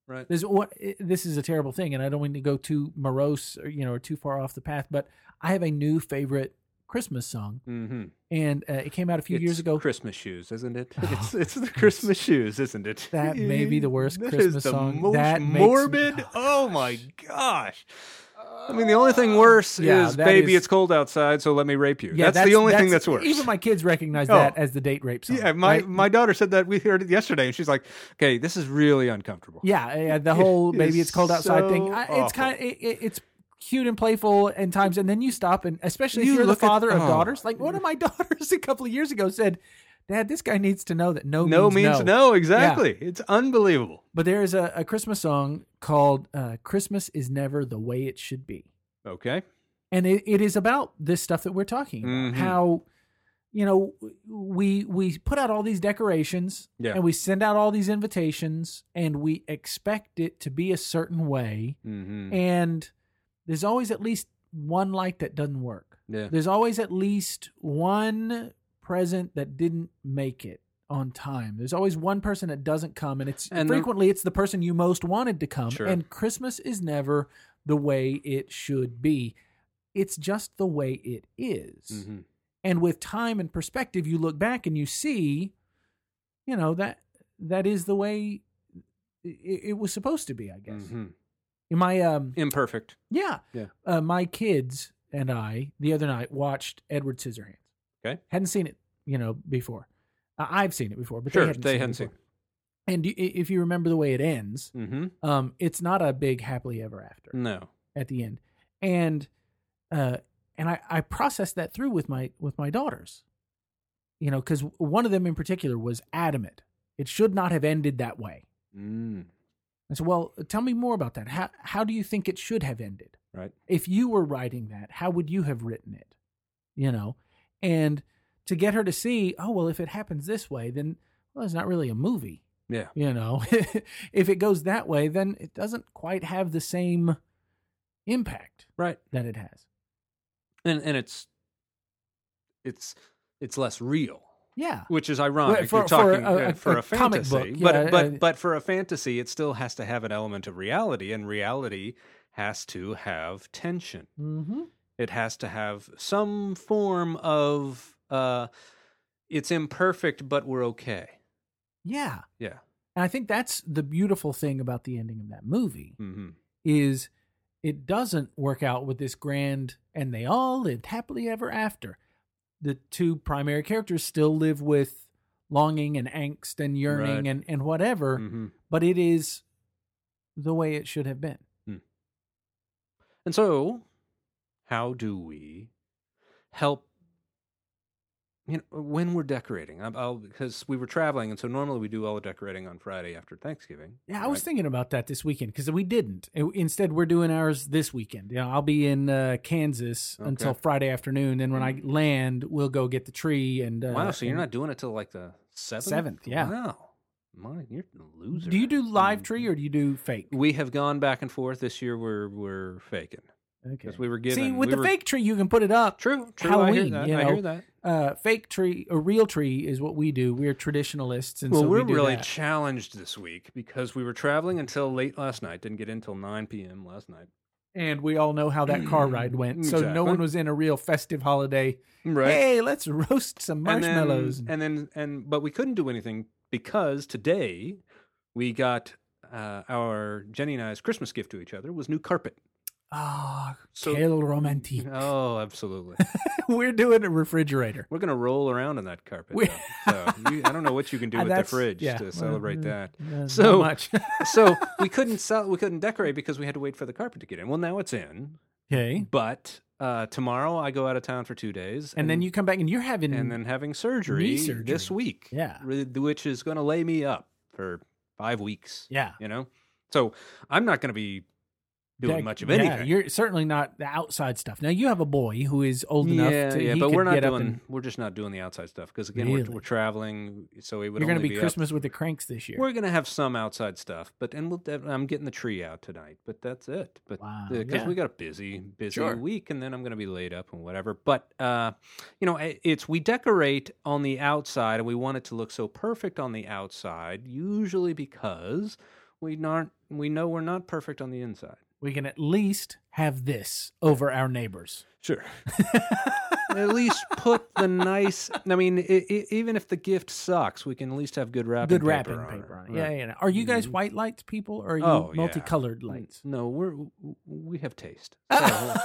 Speaker 2: right
Speaker 1: This what eh, this is a terrible thing and I don't mean to go too morose or you know or too far off the path, but I have a new favorite Christmas song
Speaker 2: mm-hmm
Speaker 1: and uh, it came out a few
Speaker 2: it's
Speaker 1: years ago.
Speaker 2: Christmas shoes, isn't it?
Speaker 1: Oh,
Speaker 2: It's it's the Christmas shoes, isn't it?
Speaker 1: That may be the worst
Speaker 2: That is
Speaker 1: Christmas
Speaker 2: the
Speaker 1: song.
Speaker 2: Most
Speaker 1: That makes me-
Speaker 2: morbid. oh my gosh! I mean, the only thing worse
Speaker 1: Uh, Yeah,
Speaker 2: is
Speaker 1: that
Speaker 2: baby,
Speaker 1: is-
Speaker 2: it's cold outside, so let me rape you. that's, the only thing that's worse.
Speaker 1: Even my kids recognize
Speaker 2: Oh.
Speaker 1: that as the date rape song.
Speaker 2: yeah, my,
Speaker 1: right?
Speaker 2: my daughter said that we heard it yesterday, and she's like, "Okay, this is really uncomfortable."
Speaker 1: yeah, yeah, the whole
Speaker 2: It
Speaker 1: maybe
Speaker 2: is
Speaker 1: it's cold outside thing.
Speaker 2: so
Speaker 1: I, it's
Speaker 2: awful.
Speaker 1: kind of it, it- it's cute and playful at times, and then you stop and especially
Speaker 2: You
Speaker 1: if you're the
Speaker 2: look at-
Speaker 1: father of
Speaker 2: oh.
Speaker 1: daughters. Like one of my daughters a couple of years ago said, "Dad, this guy needs to know that no
Speaker 2: No
Speaker 1: means,
Speaker 2: means no,
Speaker 1: no."
Speaker 2: exactly. It's unbelievable.
Speaker 1: But there is a, a Christmas song called uh, "Christmas Is Never the Way It Should Be."
Speaker 2: Okay.
Speaker 1: and it, it is about this stuff that we're talking about
Speaker 2: Mhm.
Speaker 1: how you know w- we we put out all these decorations
Speaker 2: Yeah.
Speaker 1: and we send out all these invitations and we expect it to be a certain way
Speaker 2: Mm-hmm.
Speaker 1: and there's always at least one light that doesn't work
Speaker 2: Yeah.
Speaker 1: there's always at least one present that didn't make it on time. There's always one person that doesn't come, and it's
Speaker 2: And the-
Speaker 1: frequently it's the person you most wanted to come.
Speaker 2: Sure.
Speaker 1: And Christmas is never the way it should be. It's just the way it is.
Speaker 2: Mhm.
Speaker 1: And with time and perspective, you look back and you see, you know that that is the way it, it was supposed to be. I guess.
Speaker 2: Mhm.
Speaker 1: In my um,
Speaker 2: Imperfect.
Speaker 1: yeah.
Speaker 2: Yeah.
Speaker 1: Uh, my kids and I the other night watched Edward Scissorhands.
Speaker 2: Okay.
Speaker 1: Hadn't seen it, you know, before. Uh, I've seen it before, but
Speaker 2: Sure,
Speaker 1: they hadn't.
Speaker 2: they
Speaker 1: seen
Speaker 2: hadn't
Speaker 1: it before. And you, i- if you remember the way it ends,
Speaker 2: Mm-hmm.
Speaker 1: um, it's not a big happily ever after
Speaker 2: No.
Speaker 1: at the end, and uh, and I I processed that through with my with my daughters, you know, because one of them in particular was adamant it should not have ended that way.
Speaker 2: Mm.
Speaker 1: I said, "Well, tell me more about that. How how do you think it should have ended?
Speaker 2: Right.
Speaker 1: If you were writing that, how would you have written it? You know, and to get her to see, oh well, if it happens this way, then well, it's not really a movie.
Speaker 2: Yeah.
Speaker 1: You know, if it goes that way, then it doesn't quite have the same impact
Speaker 2: Right.
Speaker 1: that it has.
Speaker 2: And and it's it's it's less real,
Speaker 1: Yeah,
Speaker 2: which is ironic.
Speaker 1: Well, for-
Speaker 2: You're
Speaker 1: for
Speaker 2: talking
Speaker 1: a- a-
Speaker 2: uh, for a,
Speaker 1: a comic
Speaker 2: fantasy,
Speaker 1: book, yeah,
Speaker 2: but but
Speaker 1: uh,
Speaker 2: but for a fantasy, it still has to have an element of reality, and reality has to have tension.
Speaker 1: mm-hmm.
Speaker 2: it has to have some form of uh it's imperfect but we're okay
Speaker 1: yeah,
Speaker 2: yeah
Speaker 1: and I think that's the beautiful thing about the ending of that movie
Speaker 2: mm-hmm.
Speaker 1: is it doesn't work out with this grand and they all lived happily ever after. The two primary characters still live with longing and angst and yearning
Speaker 2: Right. Mm-hmm.
Speaker 1: and, and whatever, but it is the way it should have been.
Speaker 2: and so how do we help you know when we're decorating I'll- i'll because we were traveling and so normally we do all the decorating on friday after thanksgiving
Speaker 1: Yeah, I was
Speaker 2: right?
Speaker 1: thinking about that this weekend because we didn't. I- Instead, we're doing ours this weekend. You know, I'll be in uh, Kansas
Speaker 2: Okay. Mm.
Speaker 1: until Friday afternoon. Then when I land, we'll go get the tree and uh,
Speaker 2: wow so you're
Speaker 1: and-
Speaker 2: not doing it till like the seventh
Speaker 1: Seventh, yeah.
Speaker 2: wow my you're a loser
Speaker 1: Do you do live
Speaker 2: Mm.
Speaker 1: tree or do you do fake?
Speaker 2: we have gone back and forth this year we're we're faking
Speaker 1: Okay.
Speaker 2: because we were given
Speaker 1: See, with
Speaker 2: we
Speaker 1: the
Speaker 2: were-
Speaker 1: fake tree, you can put it up.
Speaker 2: True, true.
Speaker 1: Halloween,
Speaker 2: I hear that.
Speaker 1: you
Speaker 2: I hear
Speaker 1: know.
Speaker 2: that.
Speaker 1: Uh, fake tree, a real tree is what we do. We're traditionalists, and
Speaker 2: well,
Speaker 1: so we
Speaker 2: we're
Speaker 1: do
Speaker 2: really
Speaker 1: that.
Speaker 2: challenged this week because we were traveling until late last night. Didn't get in till 9 p.m. last night.
Speaker 1: and we all know how that car ride went. So
Speaker 2: Mm, Exactly.
Speaker 1: no one was in a real festive holiday.
Speaker 2: Right.
Speaker 1: Hey, let's roast some marshmallows.
Speaker 2: And then, and then, and but we couldn't do anything because today we got uh, our Jenny and I's Christmas gift to each other was new carpet.
Speaker 1: Ah,
Speaker 2: So-
Speaker 1: quel romantique.
Speaker 2: Oh, absolutely.
Speaker 1: We're doing a refrigerator.
Speaker 2: We're gonna roll around in that carpet.
Speaker 1: We-
Speaker 2: though. so you, I don't know what you can do
Speaker 1: Uh,
Speaker 2: with the
Speaker 1: that's-
Speaker 2: fridge
Speaker 1: yeah.
Speaker 2: to celebrate
Speaker 1: Mm,
Speaker 2: that.
Speaker 1: Uh,
Speaker 2: So-
Speaker 1: so much.
Speaker 2: so we couldn't sell, we couldn't decorate because we had to wait for the carpet to get in. Well, now it's in.
Speaker 1: okay.
Speaker 2: But uh, tomorrow I go out of town for two days,
Speaker 1: And then you come back and you're having
Speaker 2: and then having surgery,
Speaker 1: surgery.
Speaker 2: this week,
Speaker 1: Yeah.
Speaker 2: re- which is going to lay me up for five weeks.
Speaker 1: yeah.
Speaker 2: You know, so I'm not going to be doing
Speaker 1: Dec-
Speaker 2: much of
Speaker 1: yeah,
Speaker 2: anything.
Speaker 1: you're certainly not the outside stuff. Now you have a boy who is old enough to
Speaker 2: yeah,
Speaker 1: he
Speaker 2: but
Speaker 1: could
Speaker 2: we're not
Speaker 1: get up
Speaker 2: doing.
Speaker 1: and
Speaker 2: We're just not doing the outside stuff because again, we're,
Speaker 1: Really?
Speaker 2: we're traveling, so it would
Speaker 1: you're going to
Speaker 2: only
Speaker 1: be
Speaker 2: up-
Speaker 1: Christmas with the cranks this year.
Speaker 2: We're going to have some outside stuff, but and we'll, I'm getting the tree out tonight, but that's it. But
Speaker 1: Wow.
Speaker 2: because
Speaker 1: Uh, yeah.
Speaker 2: we got a busy, busy
Speaker 1: Sure.
Speaker 2: week, and then I'm going to be laid up and whatever. But uh, you know, i- it's we decorate on the outside, and we want it to look so perfect on the outside, usually because we aren't. We know we're not perfect on the inside.
Speaker 1: we can at least have this over our neighbors.
Speaker 2: Sure. at least put the nice. I mean, i i even if the gift sucks, we can at least have good wrapping.
Speaker 1: Good wrapping paper, on it.
Speaker 2: Right.
Speaker 1: Yeah, yeah. Are you guys
Speaker 2: Mhm.
Speaker 1: white lights people or are you
Speaker 2: Oh, yeah.
Speaker 1: multicolored
Speaker 2: N-
Speaker 1: lights?
Speaker 2: No, we're w- we have taste. So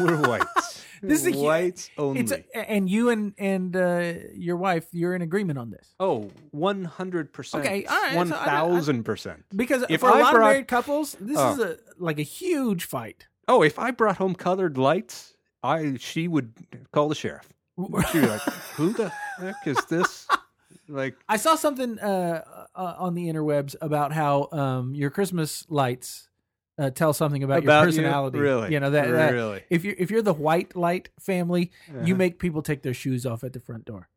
Speaker 2: we're whites.
Speaker 1: This is a hu-
Speaker 2: whites only.
Speaker 1: It's a, and you and and uh, your wife, you're in agreement on this
Speaker 2: oh, one hundred percent.
Speaker 1: Okay, all right, so I- I-
Speaker 2: One thousand percent.
Speaker 1: because
Speaker 2: If
Speaker 1: for a
Speaker 2: I
Speaker 1: lot
Speaker 2: brought-
Speaker 1: of married couples, this
Speaker 2: Oh.
Speaker 1: is a like a huge fight.
Speaker 2: Oh, if I brought home colored lights, I she would call the sheriff. She'd be like, "Who the heck is this?" Like,
Speaker 1: I saw something uh, uh, on the interwebs about how um, your Christmas lights uh, tell something about,
Speaker 2: About
Speaker 1: your
Speaker 2: you?
Speaker 1: personality.
Speaker 2: Really?
Speaker 1: you know that, that-
Speaker 2: Really?
Speaker 1: If you if you're the white light family,
Speaker 2: Uh-huh.
Speaker 1: you make people take their shoes off at the front door.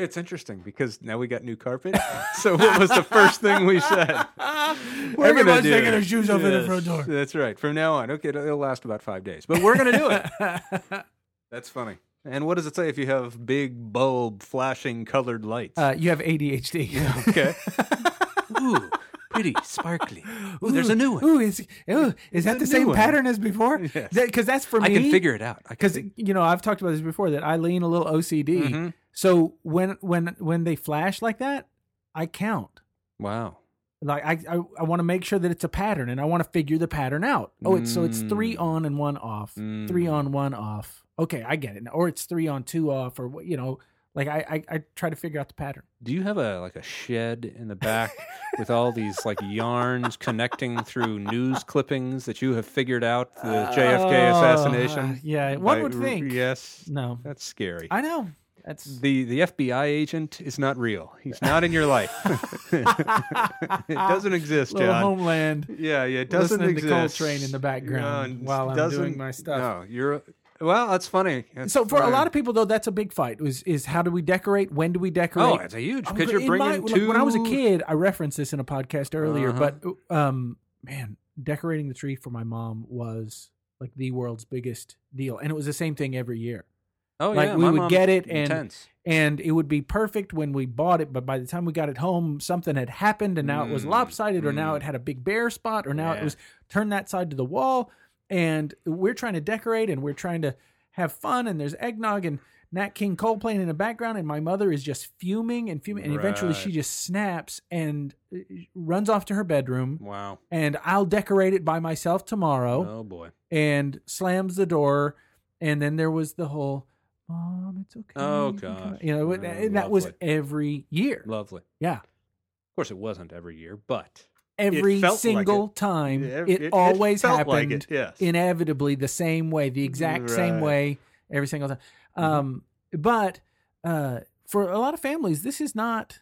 Speaker 2: it's interesting because now we got new carpet. so what was the first thing we said?
Speaker 1: We're
Speaker 2: gonna
Speaker 1: everyone's
Speaker 2: do
Speaker 1: taking
Speaker 2: it.
Speaker 1: their shoes off at the
Speaker 2: Yes,
Speaker 1: front door.
Speaker 2: That's right. From now on, okay, it'll it'll last about five days, but we're gonna do it.
Speaker 1: it.
Speaker 2: That's funny. And what does it say if you have big bulb flashing colored lights?
Speaker 1: Uh, you have ADHD.
Speaker 2: Yeah, okay. Ooh, pretty sparkly. Ooh, there's a new one.
Speaker 1: Ooh, is, ooh, is that
Speaker 2: a
Speaker 1: the
Speaker 2: new
Speaker 1: same
Speaker 2: one.
Speaker 1: pattern as before? Because
Speaker 2: Yes.
Speaker 1: that's for me.
Speaker 2: I can figure it out. I can
Speaker 1: because
Speaker 2: fig-
Speaker 1: you know I've talked about this before that I lean a little OCD.
Speaker 2: Mhm.
Speaker 1: So when when when they flash like that, I count.
Speaker 2: wow.
Speaker 1: Like I I, I want to make sure that it's a pattern, and I want to figure the pattern out. Oh, it's so it's three
Speaker 2: Mm.
Speaker 1: on and one off, three
Speaker 2: Mm.
Speaker 1: on one off. Okay, I get it. Or it's three on two off, or what you know. Like I, I I try to figure out the pattern.
Speaker 2: Do you have a like a shed in the back with all these like yarns connecting through news clippings that you have figured out the JFK
Speaker 1: Oh,
Speaker 2: assassination?
Speaker 1: yeah, one
Speaker 2: By-
Speaker 1: would think.
Speaker 2: Yes,
Speaker 1: No,
Speaker 2: that's scary.
Speaker 1: I know. That's
Speaker 2: the the FBI agent is not real. He's not in your life. it doesn't exist,
Speaker 1: little
Speaker 2: John.
Speaker 1: homeland.
Speaker 2: Yeah, yeah, it doesn't
Speaker 1: listening to
Speaker 2: exist.
Speaker 1: Coltrane in the background
Speaker 2: No, it
Speaker 1: while I'm
Speaker 2: doesn't-
Speaker 1: doing my stuff.
Speaker 2: No, you're well. That's funny. That's
Speaker 1: So for a
Speaker 2: funny.
Speaker 1: lot of people though, that's a big fight. Is is how do we decorate? When do we decorate?
Speaker 2: oh, it's a huge
Speaker 1: Oh,
Speaker 2: because you're
Speaker 1: in my-
Speaker 2: bringing
Speaker 1: like,
Speaker 2: two.
Speaker 1: When I was a kid, I referenced this in a podcast earlier,
Speaker 2: Uh-huh.
Speaker 1: but um, man, decorating the tree for my mom was like the world's biggest deal, and it was the same thing every year.
Speaker 2: oh
Speaker 1: like,
Speaker 2: yeah,
Speaker 1: we
Speaker 2: my
Speaker 1: would
Speaker 2: mom-
Speaker 1: get it and-
Speaker 2: intense.
Speaker 1: And it would be perfect when we bought it, but by the time we got it home, something had happened, and now it was
Speaker 2: Mm,
Speaker 1: lopsided, or now
Speaker 2: mm.
Speaker 1: it had a big bare spot, or now it
Speaker 2: Yeah.
Speaker 1: was turned that side to the wall. And we're trying to decorate, and we're trying to have fun, and there's eggnog and Nat King Cole playing in the background, and my mother is just fuming and fuming, and eventually she
Speaker 2: Right.
Speaker 1: just snaps and uh, runs off to her bedroom,
Speaker 2: Wow.
Speaker 1: and I'll decorate it by myself tomorrow
Speaker 2: Oh boy.
Speaker 1: and slams the door. And then there was the whole, Mom, it's okay.
Speaker 2: Oh,
Speaker 1: you can come
Speaker 2: gosh.
Speaker 1: out." You know,
Speaker 2: Oh,
Speaker 1: and that was
Speaker 2: lovely.
Speaker 1: every year.
Speaker 2: Lovely.
Speaker 1: Yeah.
Speaker 2: Of course, it wasn't every year, but
Speaker 1: Every
Speaker 2: felt like
Speaker 1: single time.
Speaker 2: Ev-
Speaker 1: it, always
Speaker 2: felt like
Speaker 1: happened
Speaker 2: it, yes.
Speaker 1: inevitably the same way, the exact same
Speaker 2: Right. Mm-hmm.
Speaker 1: way every single time. Um, But uh, for a lot of families, this is not,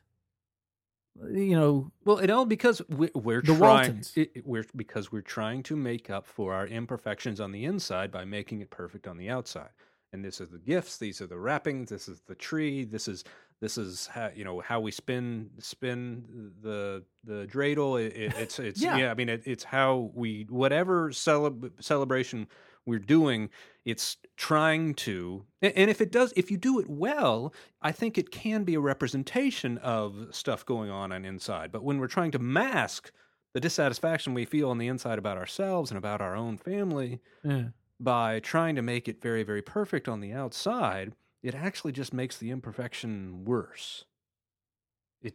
Speaker 1: you know,
Speaker 2: well, it all because we, we're
Speaker 1: The
Speaker 2: trying.
Speaker 1: Waltons.
Speaker 2: It, it- we're because we're trying to make up for our imperfections on the inside by making it perfect on the outside. And this is the gifts. These are the wrappings. This is the tree. This is this is how, you know how we spin spin the the dreidel. It, it, it's it's
Speaker 1: Yeah.
Speaker 2: yeah. I mean, it, it's how we whatever celeb, celebration we're doing. It's trying to, a- and if it does, if you do it well, I think it can be a representation of stuff going on on inside. But when we're trying to mask the dissatisfaction we feel on the inside about ourselves and about our own family
Speaker 1: yeah.
Speaker 2: by trying to make it very, very perfect on the outside, it actually just makes the imperfection worse. It,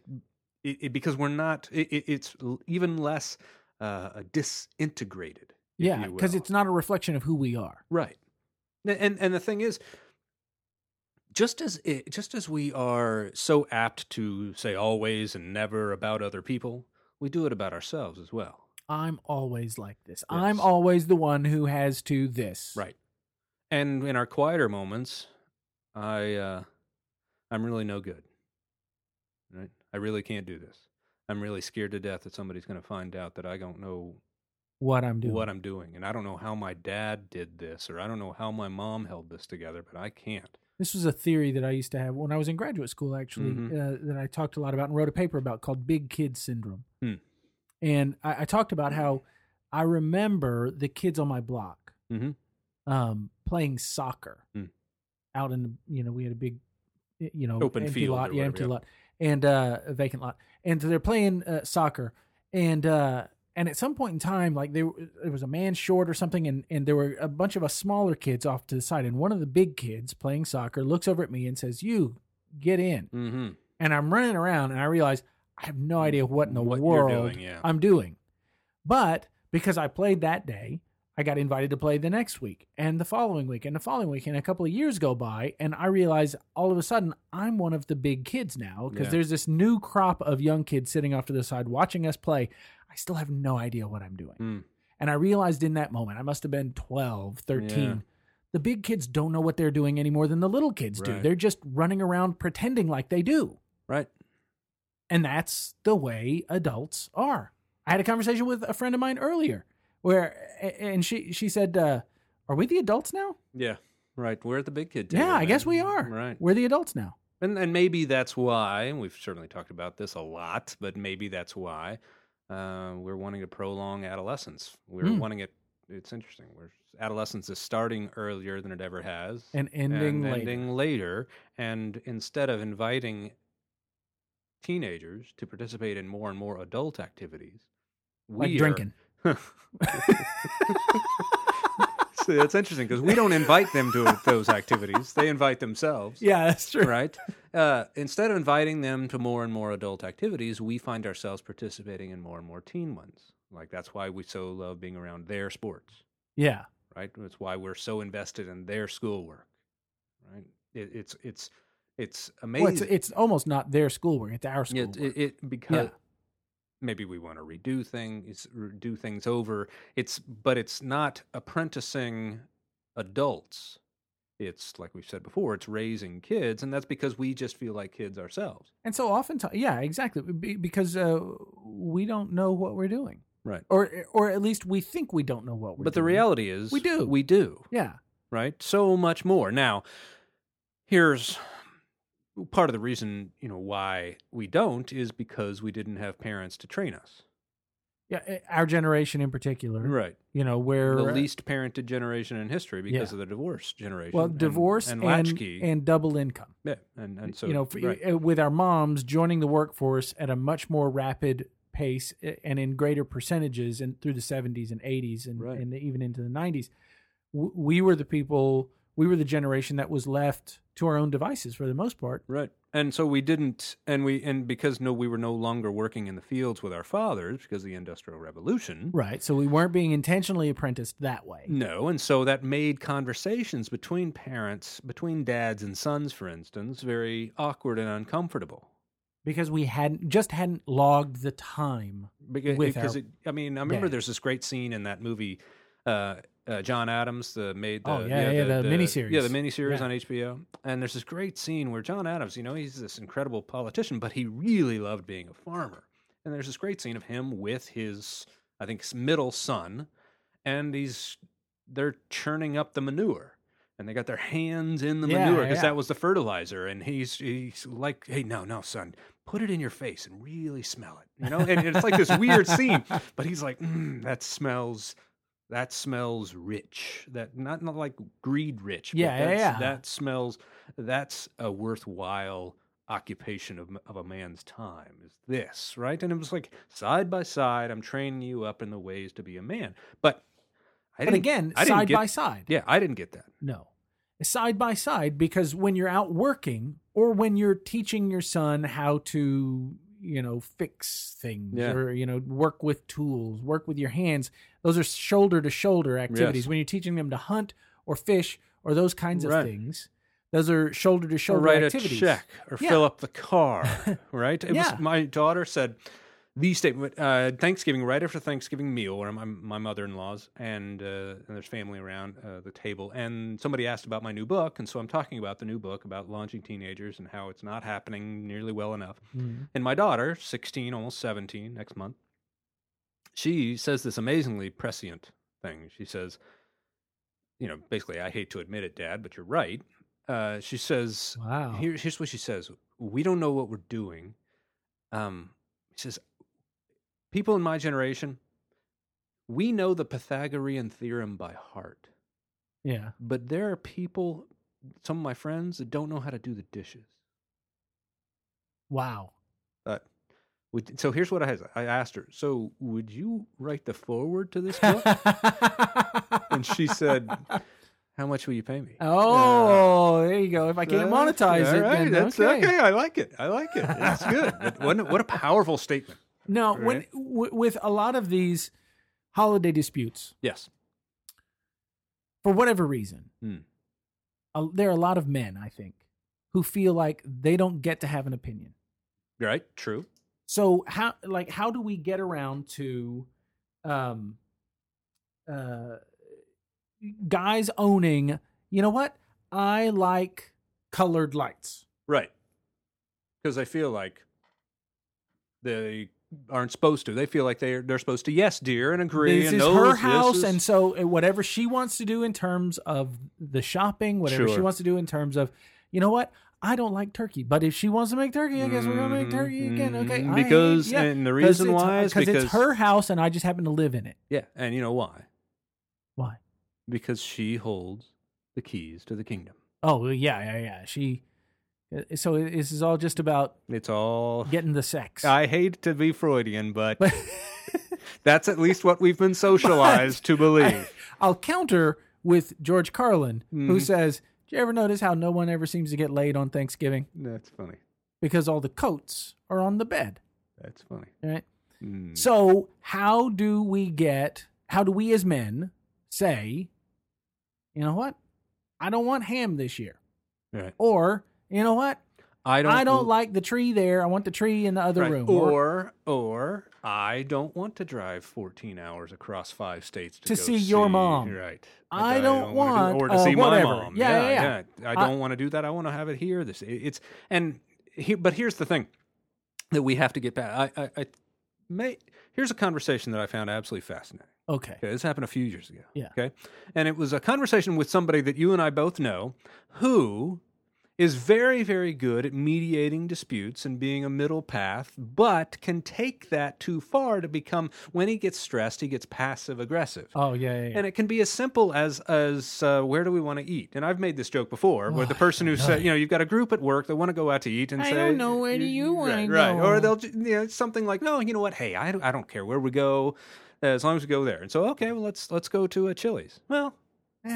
Speaker 2: it, it because we're not, it, it- it's l- even less uh, disintegrated. if
Speaker 1: Yeah.
Speaker 2: you
Speaker 1: Because
Speaker 2: will.
Speaker 1: it's not a reflection of who we are.
Speaker 2: Right. N- And and the thing is just as it, just as we are so apt to say always and never about other people, we do it about ourselves as well.
Speaker 1: I'm always like this. I'm
Speaker 2: Yes.
Speaker 1: always the one who has to this.
Speaker 2: Right. And in our quieter moments, I uh I'm really no good. Right? I really can't do this. I'm really scared to death that somebody's going to find out that I don't know
Speaker 1: What I'm doing.
Speaker 2: what I'm doing. And I don't know how my dad did this or I don't know how my mom held this together, but I can't.
Speaker 1: This was a theory that I used to have when I was in graduate school, actually,
Speaker 2: Mhm.
Speaker 1: uh, that I talked a lot about and wrote a paper about called Big Kid Syndrome.
Speaker 2: Hmm.
Speaker 1: And I, I talked about how I remember the kids on my block
Speaker 2: Mhm.
Speaker 1: um, playing soccer
Speaker 2: Hmm.
Speaker 1: out in the, you know, we had a big, eh, you know,
Speaker 2: Open
Speaker 1: empty
Speaker 2: field
Speaker 1: lot,
Speaker 2: or
Speaker 1: yeah,
Speaker 2: whatever,
Speaker 1: empty
Speaker 2: yeah.
Speaker 1: lot, and uh, a vacant lot. And so they're playing uh, soccer. And, uh, and at some point in time, like they, were- there was a man short or something, and, and there were a bunch of us smaller kids off to the side, and one of the big kids playing soccer looks over at me and says, "You get in."
Speaker 2: Mhm.
Speaker 1: And I'm running around, and I realize I have no idea what in the
Speaker 2: What you're
Speaker 1: world
Speaker 2: doing, yeah.
Speaker 1: I'm doing. But because I played that day, I got invited to play the next week, and the following week, and the following week, and a couple of years go by, and I realize all of a sudden I'm one of the big kids now because
Speaker 2: Yeah.
Speaker 1: there's this new crop of young kids sitting off to the side watching us play. I still have no idea what I'm doing.
Speaker 2: Mm.
Speaker 1: And I realized in that moment, I must have been 12, 13.
Speaker 2: Yeah.
Speaker 1: The big kids don't know what they're doing any more than the little kids do.
Speaker 2: Right.
Speaker 1: They're just running around pretending like they do.
Speaker 2: Right.
Speaker 1: And that's the way adults are. I had a conversation with a friend of mine earlier where a- and she she said, uh, "Are we the adults now?
Speaker 2: Yeah. Right. We're at the big kid
Speaker 1: yeah,
Speaker 2: table,
Speaker 1: I guess
Speaker 2: man.
Speaker 1: we are.
Speaker 2: Right.
Speaker 1: We're the adults now."
Speaker 2: And and maybe that's why and we've certainly talked about this a lot, but maybe that's why uh, we're wanting to prolong adolescence. We're
Speaker 1: Mm.
Speaker 2: wanting it. It's interesting. We're adolescence is starting earlier than it ever has
Speaker 1: and ending
Speaker 2: and
Speaker 1: later.
Speaker 2: ending later. And instead of inviting teenagers to participate in more and more adult activities, we
Speaker 1: like
Speaker 2: are-
Speaker 1: drinking.
Speaker 2: See, that's interesting because we don't invite them to those activities; they invite themselves.
Speaker 1: Yeah, that's true.
Speaker 2: Right. Uh, instead of inviting them to more and more adult activities, we find ourselves participating in more and more teen ones. Like that's why we so love being around their sports
Speaker 1: Yeah.
Speaker 2: right? It's why we're so invested in their schoolwork, right? It, it's it's it's amazing.
Speaker 1: Well, it's, it's almost not their schoolwork. It's our
Speaker 2: Yeah, it,
Speaker 1: schoolwork.
Speaker 2: it, it- because maybe we want to redo things, do things over. It's but it's not apprenticing adults. It's like we've said before. It's raising kids, and that's because we just feel like kids ourselves.
Speaker 1: and so oftentimes, yeah, exactly, be- because uh, we don't know what we're doing,
Speaker 2: Right.
Speaker 1: Or or at least we think we don't know what we're.
Speaker 2: but the
Speaker 1: doing.
Speaker 2: reality is,
Speaker 1: We do.
Speaker 2: We do.
Speaker 1: yeah,
Speaker 2: right? So much more. Now, here's part of the reason, you know, why we don't is because we didn't have parents to train us.
Speaker 1: yeah, eh, our generation in particular,
Speaker 2: Right.
Speaker 1: you know, where
Speaker 2: The
Speaker 1: uh,
Speaker 2: least parented generation in history because
Speaker 1: Yeah.
Speaker 2: of the divorce generation.
Speaker 1: well,
Speaker 2: and-
Speaker 1: divorce
Speaker 2: and,
Speaker 1: and
Speaker 2: latchkey.
Speaker 1: and double income.
Speaker 2: yeah. And, and so,
Speaker 1: you know, for,
Speaker 2: right.
Speaker 1: eh, with our moms joining the workforce at a much more rapid pace eh, and in greater percentages, and through the seventies and eighties, and,
Speaker 2: Right.
Speaker 1: and even into the nineties, we were the people. We were the generation that was left to our own devices for the most part.
Speaker 2: Right. And so we didn't, and we, and because no, we were no longer working in the fields with our fathers because of the Industrial Revolution.
Speaker 1: Right. So we weren't being intentionally apprenticed that way.
Speaker 2: No, and so that made conversations between parents, between dads and sons, for instance, very awkward and uncomfortable.
Speaker 1: Because we hadn't just hadn't logged the time.
Speaker 2: Because,
Speaker 1: With
Speaker 2: because
Speaker 1: our
Speaker 2: eh, it, I mean, I remember
Speaker 1: dad.
Speaker 2: there's this great scene in that movie, uh, uh, John Adams, the made the,
Speaker 1: Oh, yeah, yeah, the miniseries.
Speaker 2: yeah, the miniseries
Speaker 1: Yeah.
Speaker 2: on HBO, and there's this great scene where John Adams, you know, he's this incredible politician, but he really loved being a farmer, and there's this great scene of him with his, I think, his middle son, and he's they're churning up the manure. And they got their hands in the
Speaker 1: Yeah,
Speaker 2: manure because
Speaker 1: yeah.
Speaker 2: that was the fertilizer. And he's he's like, hey, no, no, son, put it in your face and really smell it you know and it's like this weird scene but he's like mm, that smells that smells rich that not not like greed rich but
Speaker 1: Yeah, yeah,
Speaker 2: that's-
Speaker 1: yeah.
Speaker 2: that smells that's a worthwhile occupation of, m- of a man's time is this right and it was like side by side i'm training you up in the ways to be a man but
Speaker 1: But
Speaker 2: i didn't
Speaker 1: again,
Speaker 2: I didn't
Speaker 1: side
Speaker 2: get-
Speaker 1: by side.
Speaker 2: yeah i didn't get that
Speaker 1: No. Side by side, because when you're out working or when you're teaching your son how to, you know, fix things
Speaker 2: Yeah.
Speaker 1: or, you know, work with tools, work with your hands, those are shoulder to shoulder activities.
Speaker 2: Yes.
Speaker 1: When you're teaching them to hunt or fish or those kinds
Speaker 2: Right.
Speaker 1: of things, those are shoulder to
Speaker 2: or
Speaker 1: shoulder
Speaker 2: write
Speaker 1: activities.
Speaker 2: a check or
Speaker 1: Yeah.
Speaker 2: fill up the car, right? It
Speaker 1: Yeah.
Speaker 2: was, my daughter said the statement uh, Thanksgiving, right after Thanksgiving meal, where my, my mother in law's and, uh, and there's family around uh, the table, and somebody asked about my new book, and so I'm talking about the new book about launching teenagers and how it's not happening nearly well enough.
Speaker 1: Mhm.
Speaker 2: And my daughter, 16, almost 17, next month, she says this amazingly prescient thing. She says, you know, basically, I hate to admit it, Dad, but you're right. Uh, she says,
Speaker 1: Wow.
Speaker 2: here, here's what she says We don't know what we're doing. Um, she says, People in my generation, we know the Pythagorean theorem by heart,
Speaker 1: yeah.
Speaker 2: but there are people, some of my friends, that don't know how to do the dishes.
Speaker 1: Wow.
Speaker 2: Would, so here's what I, I asked her. So would you write the forward to this book? and she said, "How much will you pay me?"
Speaker 1: "Oh, there you go. If I can't
Speaker 2: Uh,
Speaker 1: monetize
Speaker 2: all
Speaker 1: it,
Speaker 2: right,
Speaker 1: then
Speaker 2: that's
Speaker 1: okay.
Speaker 2: okay. I like it. I like it. It's good. It- what, a- what a powerful statement.
Speaker 1: No, when
Speaker 2: Right.
Speaker 1: w- with a lot of these holiday disputes,
Speaker 2: Yes.
Speaker 1: for whatever reason,
Speaker 2: Hmm.
Speaker 1: uh, there are a lot of men I think who feel like they don't get to have an opinion.
Speaker 2: You're right. True.
Speaker 1: So how like how do we get around to um uh guys owning, you know what? I like colored lights.
Speaker 2: Right. Because they feel like they aren't supposed to. They feel like they're they're supposed to yes, dear, and agree.
Speaker 1: This
Speaker 2: and
Speaker 1: is
Speaker 2: no,
Speaker 1: her
Speaker 2: this
Speaker 1: house,
Speaker 2: is-
Speaker 1: and so uh, whatever she wants to do in terms of the shopping, whatever she
Speaker 2: Sure.
Speaker 1: wants to do in terms of, you know what? I don't like turkey, but if she wants to make turkey, I guess we're gonna make
Speaker 2: Mhm,
Speaker 1: turkey again. Okay,
Speaker 2: mhm.
Speaker 1: I hate-
Speaker 2: because
Speaker 1: yeah,
Speaker 2: and the
Speaker 1: 'cause
Speaker 2: reason
Speaker 1: it's-
Speaker 2: why is
Speaker 1: because it's her house, and I just happen to live in it.
Speaker 2: yeah, and you know why?
Speaker 1: Why?
Speaker 2: because she holds the keys to the kingdom.
Speaker 1: Oh well, yeah, yeah, yeah. She. uh, So it- this is all just about
Speaker 2: It's all.
Speaker 1: getting the sex.
Speaker 2: I hate to be Freudian,
Speaker 1: but
Speaker 2: but that's at least what we've been socialized to believe.
Speaker 1: I'll counter with George Carlin, who
Speaker 2: Mhm.
Speaker 1: says, "Do you ever notice how no one ever seems to get laid on Thanksgiving
Speaker 2: That's funny.
Speaker 1: because all the coats are on the bed?"
Speaker 2: That's funny.
Speaker 1: Right.
Speaker 2: Mm.
Speaker 1: So how do we get? How do we as men say, you know what? I don't want ham this year,
Speaker 2: Right.
Speaker 1: or you know what?
Speaker 2: I don't.
Speaker 1: I don't like the tree there. I want the tree in the other
Speaker 2: Right.
Speaker 1: room.
Speaker 2: Or or I don't want to drive 14 hours across five states to,
Speaker 1: To
Speaker 2: go
Speaker 1: see your mom.
Speaker 2: Right.
Speaker 1: I don't
Speaker 2: wanna
Speaker 1: want,
Speaker 2: or to
Speaker 1: uh,
Speaker 2: see
Speaker 1: whatever.
Speaker 2: my mom.
Speaker 1: Yeah, yeah,
Speaker 2: I
Speaker 1: I-
Speaker 2: don't want to do that. I want to have it here. This it's and he, but here's the thing that we have to get back. I I, I may here's a conversation that I found absolutely fascinating.
Speaker 1: okay.
Speaker 2: Okay, this happened a few years ago.
Speaker 1: Yeah.
Speaker 2: Okay. And it was a conversation with somebody that you and I both know who is very, very good at mediating disputes and being a middle path, but can take that too far to become, when he gets stressed, he gets passive aggressive.
Speaker 1: Oh yeah, yeah. yeah.
Speaker 2: And it can be as simple as as uh, where do we want to eat? And I've made this joke before, where the person who said, you know, you've got a group at work that want to go out to eat, and
Speaker 1: I
Speaker 2: say,
Speaker 1: don't know, where do you wanna
Speaker 2: right, right,
Speaker 1: go?
Speaker 2: or they'll ju- you know, something like, no, you know what? Hey, I don't, I don't care where we go, as long as we go there. And so, okay, well, let's let's go to a Chili's. Well,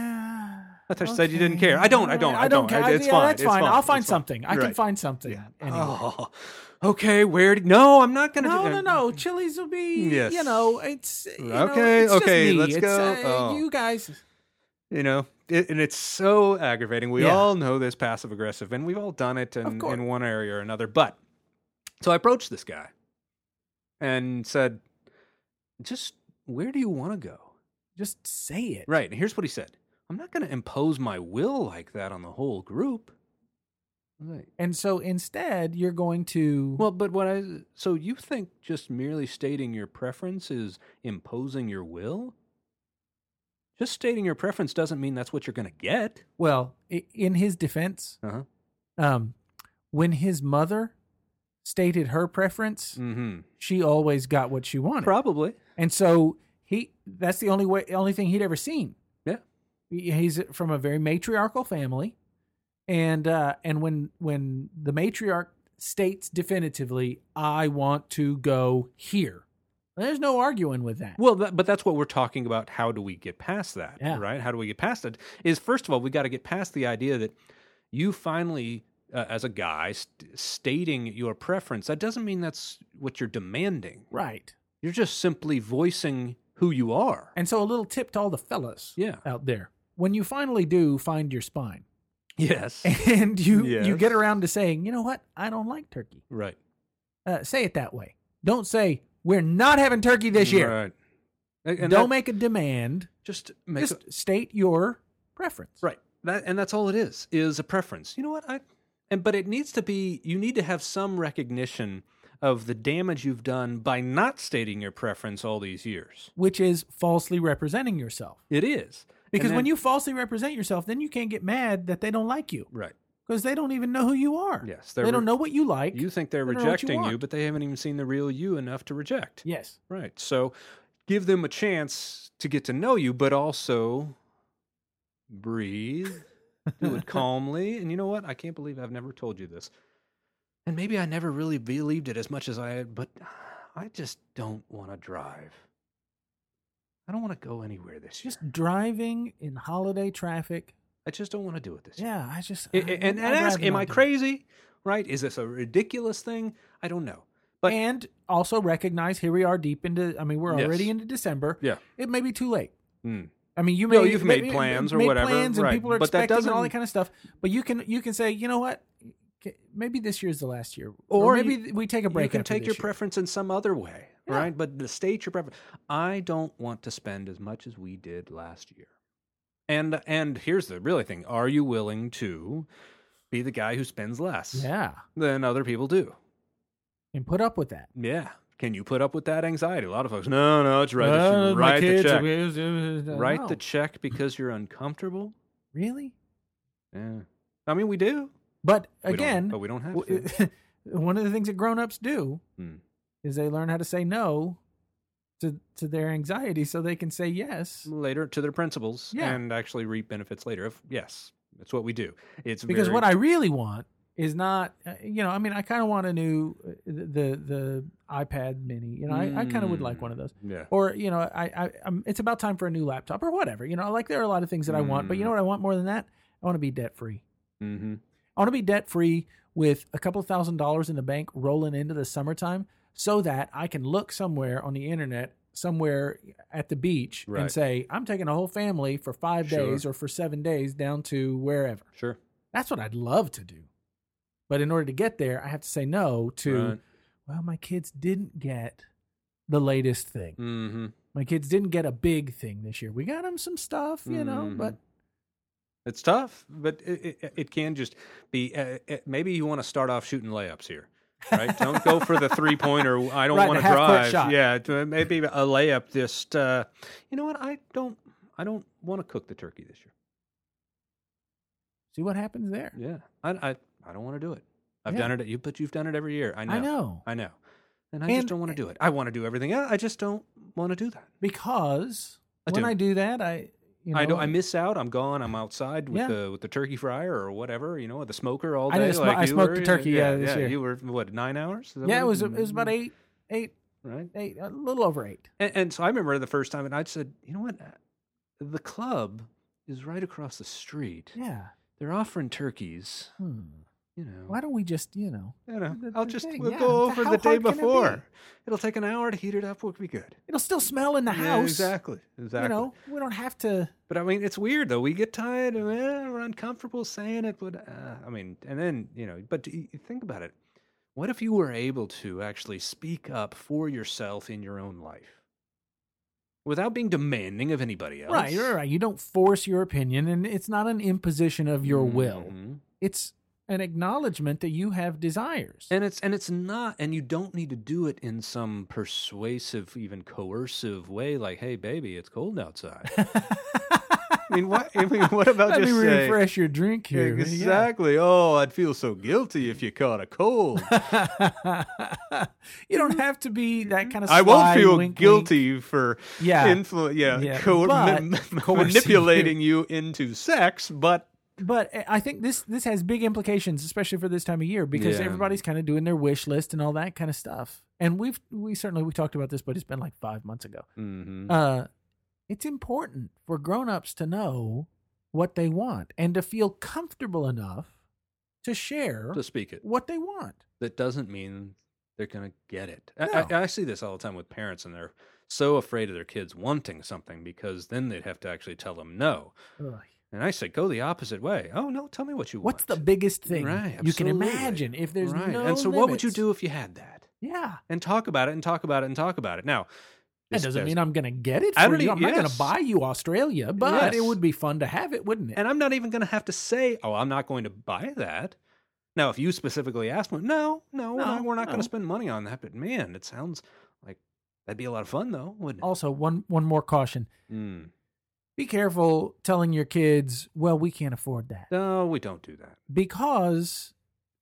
Speaker 2: I thought you said you didn't care. I don't, I don't, I don't.
Speaker 1: care.
Speaker 2: I- it's
Speaker 1: yeah,
Speaker 2: fine,
Speaker 1: That's
Speaker 2: it's
Speaker 1: fine.
Speaker 2: fine,
Speaker 1: I'll
Speaker 2: it's
Speaker 1: find
Speaker 2: fine.
Speaker 1: something. I can
Speaker 2: Right.
Speaker 1: find something. anyway.
Speaker 2: oh, okay, where? Do, no, I'm not going to.
Speaker 1: No,
Speaker 2: do,
Speaker 1: no, no. Chili's will be.
Speaker 2: Yes.
Speaker 1: You know, it's. You
Speaker 2: Okay,
Speaker 1: Know, it's just
Speaker 2: okay,
Speaker 1: me.
Speaker 2: let's
Speaker 1: It's,
Speaker 2: go.
Speaker 1: Uh,
Speaker 2: Oh.
Speaker 1: You guys.
Speaker 2: you know it, and it's so aggravating we
Speaker 1: Yeah.
Speaker 2: all know this passive aggressive and we've all done it in,
Speaker 1: course.
Speaker 2: in one area or another but so i approached this guy and said just where do you want to go
Speaker 1: Just say it.
Speaker 2: right and here's what he said i'm not going to impose my will like that on the whole group right
Speaker 1: And so instead, you're going to.
Speaker 2: well but what i so you think just merely stating your preference is imposing your will just stating your preference doesn't mean that's what you're going to get
Speaker 1: Well, i- in his defense,
Speaker 2: uh-huh
Speaker 1: um, when his mother stated her preference,
Speaker 2: mm-hmm
Speaker 1: she always got what she wanted.
Speaker 2: probably
Speaker 1: And so he that's the only way only thing he'd ever seen.
Speaker 2: Yeah.
Speaker 1: He- He's from a very matriarchal family. And uh and when when the matriarch states definitively, I want to go here. There's no arguing with that.
Speaker 2: Well, that, but that's what we're talking about. How do we get past that?
Speaker 1: Yeah.
Speaker 2: Right? How do we get past it? Is first of all, we got to get past the idea that you finally, uh, as a guy, st- stating your preference, that doesn't mean that's what you're demanding.
Speaker 1: Right.
Speaker 2: You're just simply voicing who you are.
Speaker 1: And so a little tip to all the fellas
Speaker 2: Yeah.
Speaker 1: out there. When you finally do find your spine
Speaker 2: Yes.
Speaker 1: and you you
Speaker 2: Yes.
Speaker 1: get around to saying, "You know what? I don't like turkey."
Speaker 2: right.
Speaker 1: Uh, say it that way. Don't say, "We're not having turkey this year."
Speaker 2: Right. And, and
Speaker 1: Don't
Speaker 2: that-
Speaker 1: make a demand.
Speaker 2: just make
Speaker 1: just state your preference.
Speaker 2: Right. That and that's all it is is a preference. You know what? I and but it needs to be you need to have some recognition of the damage you've done by not stating your preference all these years.
Speaker 1: Which is falsely representing yourself.
Speaker 2: It is.
Speaker 1: Because when you falsely represent yourself, then you can't get mad that they don't like you
Speaker 2: right,
Speaker 1: because they don't even know who you are.
Speaker 2: Yes,
Speaker 1: They
Speaker 2: they're
Speaker 1: don't
Speaker 2: re-
Speaker 1: know what you like.
Speaker 2: you think they're
Speaker 1: They don't know what you
Speaker 2: rejecting you,
Speaker 1: want.
Speaker 2: but they haven't even seen the real you enough to reject.
Speaker 1: yes.
Speaker 2: Right. So give them a chance to get to know you, but also breathe, do it calmly. And you know what? I can't believe I've never told you this. And maybe I never really believed it as much as I had, but I just don't want to drive. I don't want to go anywhere this year.
Speaker 1: Just driving in holiday traffic.
Speaker 2: I just don't want to do it this year.
Speaker 1: Yeah, I just.
Speaker 2: I- I- and and
Speaker 1: I'd
Speaker 2: ask,
Speaker 1: rather
Speaker 2: am
Speaker 1: not
Speaker 2: I
Speaker 1: do it.
Speaker 2: crazy? Right? Is this a ridiculous thing? I don't know. But
Speaker 1: and also recognize here we are deep into. I mean, we're
Speaker 2: Yes.
Speaker 1: already into December.
Speaker 2: Yeah.
Speaker 1: It may be too late.
Speaker 2: Mm.
Speaker 1: I mean, you may
Speaker 2: No, you've made
Speaker 1: may-
Speaker 2: plans or
Speaker 1: made
Speaker 2: whatever,
Speaker 1: plans and
Speaker 2: right.
Speaker 1: people are
Speaker 2: But that
Speaker 1: expecting and all that
Speaker 2: doesn't-
Speaker 1: kind of stuff. But you can you can say, you know what, K- maybe this year's the last year,
Speaker 2: Or
Speaker 1: maybe
Speaker 2: you-
Speaker 1: th- we take a break.
Speaker 2: You can
Speaker 1: after
Speaker 2: take your
Speaker 1: this year.
Speaker 2: preference in some other way,
Speaker 1: Yeah.
Speaker 2: right? But the state your preference. I don't want to spend as much as we did last year. And and here's the really thing: Are you willing to be the guy who spends less
Speaker 1: Yeah,
Speaker 2: than other people do?
Speaker 1: and put up with that.
Speaker 2: Yeah. Can you put up with that anxiety? A lot of folks, no, no, it's right. write the check. Write the check because you're uncomfortable.
Speaker 1: really,
Speaker 2: Yeah. I mean, we do.
Speaker 1: but
Speaker 2: We don't-
Speaker 1: again,
Speaker 2: but we don't have
Speaker 1: w-
Speaker 2: to.
Speaker 1: one of the things that grown ups do
Speaker 2: Hmm.
Speaker 1: is they learn how to say no to to their anxiety so they can say yes.
Speaker 2: later to their principles
Speaker 1: Yeah.
Speaker 2: and actually reap benefits later. If yes, that's what we do. It's
Speaker 1: Because
Speaker 2: very,
Speaker 1: what I really want is not uh, you know I mean I kind of want a new uh, the the iPad Mini. You know I, I kind of would like
Speaker 2: Mm.
Speaker 1: one of those.
Speaker 2: yeah
Speaker 1: Or you know I I I'm, it's about time for a new laptop or whatever. You know like there are a lot of things that I want, but you know
Speaker 2: Mm.
Speaker 1: what I want more than that? I want to be debt free.
Speaker 2: mm-hmm.
Speaker 1: I want to be debt free with a couple thousand dollars in the bank rolling into the summertime so that I can look somewhere on the internet, somewhere at the beach,
Speaker 2: Right.
Speaker 1: and say, I'm taking a whole family for five
Speaker 2: Sure.
Speaker 1: days or for seven days down to wherever.
Speaker 2: sure
Speaker 1: That's what I'd love to do. But in order to get there, I have to say no to,
Speaker 2: Right.
Speaker 1: well, my kids didn't get the latest thing.
Speaker 2: mm-hmm.
Speaker 1: My kids didn't get a big thing this year. We got them some stuff, you know,
Speaker 2: Mhm.
Speaker 1: but
Speaker 2: It's tough, but it, it, it can just be. Uh, uh, maybe you want to start off shooting layups here, right? don't go for the three pointer. I don't
Speaker 1: Right,
Speaker 2: want
Speaker 1: the
Speaker 2: to
Speaker 1: half-court
Speaker 2: drive.
Speaker 1: shot.
Speaker 2: Yeah, to- uh, maybe a layup. Just uh, you know what? I don't. I don't want to cook the turkey this year.
Speaker 1: see what happens there.
Speaker 2: Mm. Yeah, I I, I don't want to do it. I've
Speaker 1: Yeah.
Speaker 2: done it. You but you've done it every year. I know.
Speaker 1: I know.
Speaker 2: I know. And I
Speaker 1: And-
Speaker 2: just don't want to do it. I want to do everything. else. I just don't want to do that.
Speaker 1: because
Speaker 2: I
Speaker 1: when
Speaker 2: do.
Speaker 1: I do that, I you know
Speaker 2: I don't. I miss out. I'm gone. I'm outside with
Speaker 1: Yeah.
Speaker 2: the with the turkey fryer or whatever. You know, the smoker all day.
Speaker 1: I did a smo- I
Speaker 2: you
Speaker 1: smoked the turkey, yeah, this year.
Speaker 2: You were what nine hours? Is that
Speaker 1: yeah,
Speaker 2: what
Speaker 1: it was it was
Speaker 2: Mm.
Speaker 1: about eight, eight,
Speaker 2: Right.
Speaker 1: eight, a little over eight.
Speaker 2: And, and so I remember the first time, and I said, you know what, the club is right across the street.
Speaker 1: Yeah.
Speaker 2: They're offering turkeys.
Speaker 1: Hmm.
Speaker 2: You know.
Speaker 1: Why don't we just you know
Speaker 2: You know,
Speaker 1: That's
Speaker 2: I'll
Speaker 1: the
Speaker 2: just
Speaker 1: thing,
Speaker 2: we'll
Speaker 1: yeah.
Speaker 2: go
Speaker 1: How
Speaker 2: over the
Speaker 1: hard
Speaker 2: day
Speaker 1: can it be?
Speaker 2: before. It'll take an hour to heat it up. We'll be good.
Speaker 1: it'll still smell in the
Speaker 2: Yeah,
Speaker 1: house.
Speaker 2: exactly. Exactly.
Speaker 1: You know we don't have to.
Speaker 2: But I mean, it's weird though. We get tired and eh, we're uncomfortable saying it. But uh, I mean, and then you know, but y- you think about it. What if you were able to actually speak up for yourself in your own life without being demanding of anybody else?
Speaker 1: Right, right, right. You don't force your opinion, and it's not an imposition of your will.
Speaker 2: Mhm.
Speaker 1: It's an acknowledgement that you have desires.
Speaker 2: And it's and it's not, and you don't need to do it in some persuasive, even coercive way. Like, hey, baby, it's cold outside. I mean, what? I mean, what about
Speaker 1: Let me
Speaker 2: just say,
Speaker 1: refresh your drink here. Yeah.
Speaker 2: Exactly. Oh, I'd feel so guilty if you caught a cold.
Speaker 1: you don't have to be that kind of.
Speaker 2: I won't
Speaker 1: sly,
Speaker 2: feel
Speaker 1: wink, wink.
Speaker 2: guilty for
Speaker 1: Yeah,
Speaker 2: influ- yeah,
Speaker 1: Yeah,
Speaker 2: co-
Speaker 1: but
Speaker 2: ma- ma-
Speaker 1: coercing
Speaker 2: manipulating you into sex, but
Speaker 1: but I think this this has big implications, especially for this time of year, because
Speaker 2: Yeah.
Speaker 1: everybody's kind of doing their wish list and all that kind of stuff. And we've we certainly we talked about this, but it's been like five months ago.
Speaker 2: Mm-hmm. Mm.
Speaker 1: Uh, it's important for grown-ups to know what they want and to feel comfortable enough to share
Speaker 2: to speak it,
Speaker 1: what they want.
Speaker 2: that doesn't mean they're going to get it. I,
Speaker 1: No.
Speaker 2: I, I see this all the time with parents, and they're so afraid of their kids wanting something because then they'd have to actually tell them no.
Speaker 1: Ugh.
Speaker 2: And I say, go the opposite way. Oh no, tell me what you
Speaker 1: What's the
Speaker 2: want.
Speaker 1: biggest thing
Speaker 2: Right,
Speaker 1: you can
Speaker 2: absolutely.
Speaker 1: imagine if there's
Speaker 2: right?
Speaker 1: no?
Speaker 2: and so, what would you
Speaker 1: limits?
Speaker 2: do if you had that?
Speaker 1: Yeah,
Speaker 2: and talk about it and talk about it and talk about it. Now,
Speaker 1: that
Speaker 2: this
Speaker 1: doesn't
Speaker 2: does-
Speaker 1: mean I'm going to get it. For
Speaker 2: I don't
Speaker 1: you.
Speaker 2: e-
Speaker 1: I'm not going
Speaker 2: yes.
Speaker 1: to buy you Australia, but it
Speaker 2: Yes.
Speaker 1: would be fun to have it, wouldn't it?
Speaker 2: and I'm not even going to have to say, "Oh, I'm not going to buy that." Now, if you specifically ask me, no, no, we're
Speaker 1: No,
Speaker 2: not, we're not going
Speaker 1: no.
Speaker 2: to spend money on that. But man, it sounds like that'd be a lot of fun, though, wouldn't it?
Speaker 1: also one one more caution
Speaker 2: Mm.
Speaker 1: be careful telling your kids well we can't afford that
Speaker 2: No, we don't do that.
Speaker 1: because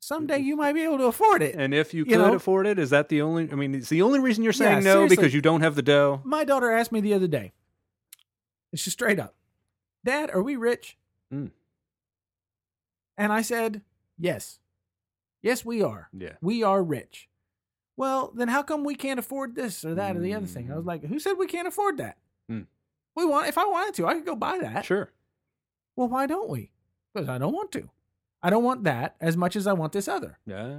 Speaker 1: someday you might be able to afford it
Speaker 2: And if you,
Speaker 1: You
Speaker 2: could
Speaker 1: know-
Speaker 2: afford it, is that the only? I mean, it's the only reason you're
Speaker 1: Yeah,
Speaker 2: saying no
Speaker 1: seriously.
Speaker 2: because you don't have the dough.
Speaker 1: my daughter asked me the other day and she straight up dad are we rich
Speaker 2: Mm.
Speaker 1: and i said yes yes we are
Speaker 2: Yeah.
Speaker 1: we are rich well then how come we can't afford this or that or the other thing i was
Speaker 2: Mm.
Speaker 1: like who said we can't afford that
Speaker 2: Mm.
Speaker 1: we want if i wanted to i could go buy that
Speaker 2: Sure.
Speaker 1: Well, why don't we? Because I don't want to. I don't want that as much as I want this other.
Speaker 2: Yeah.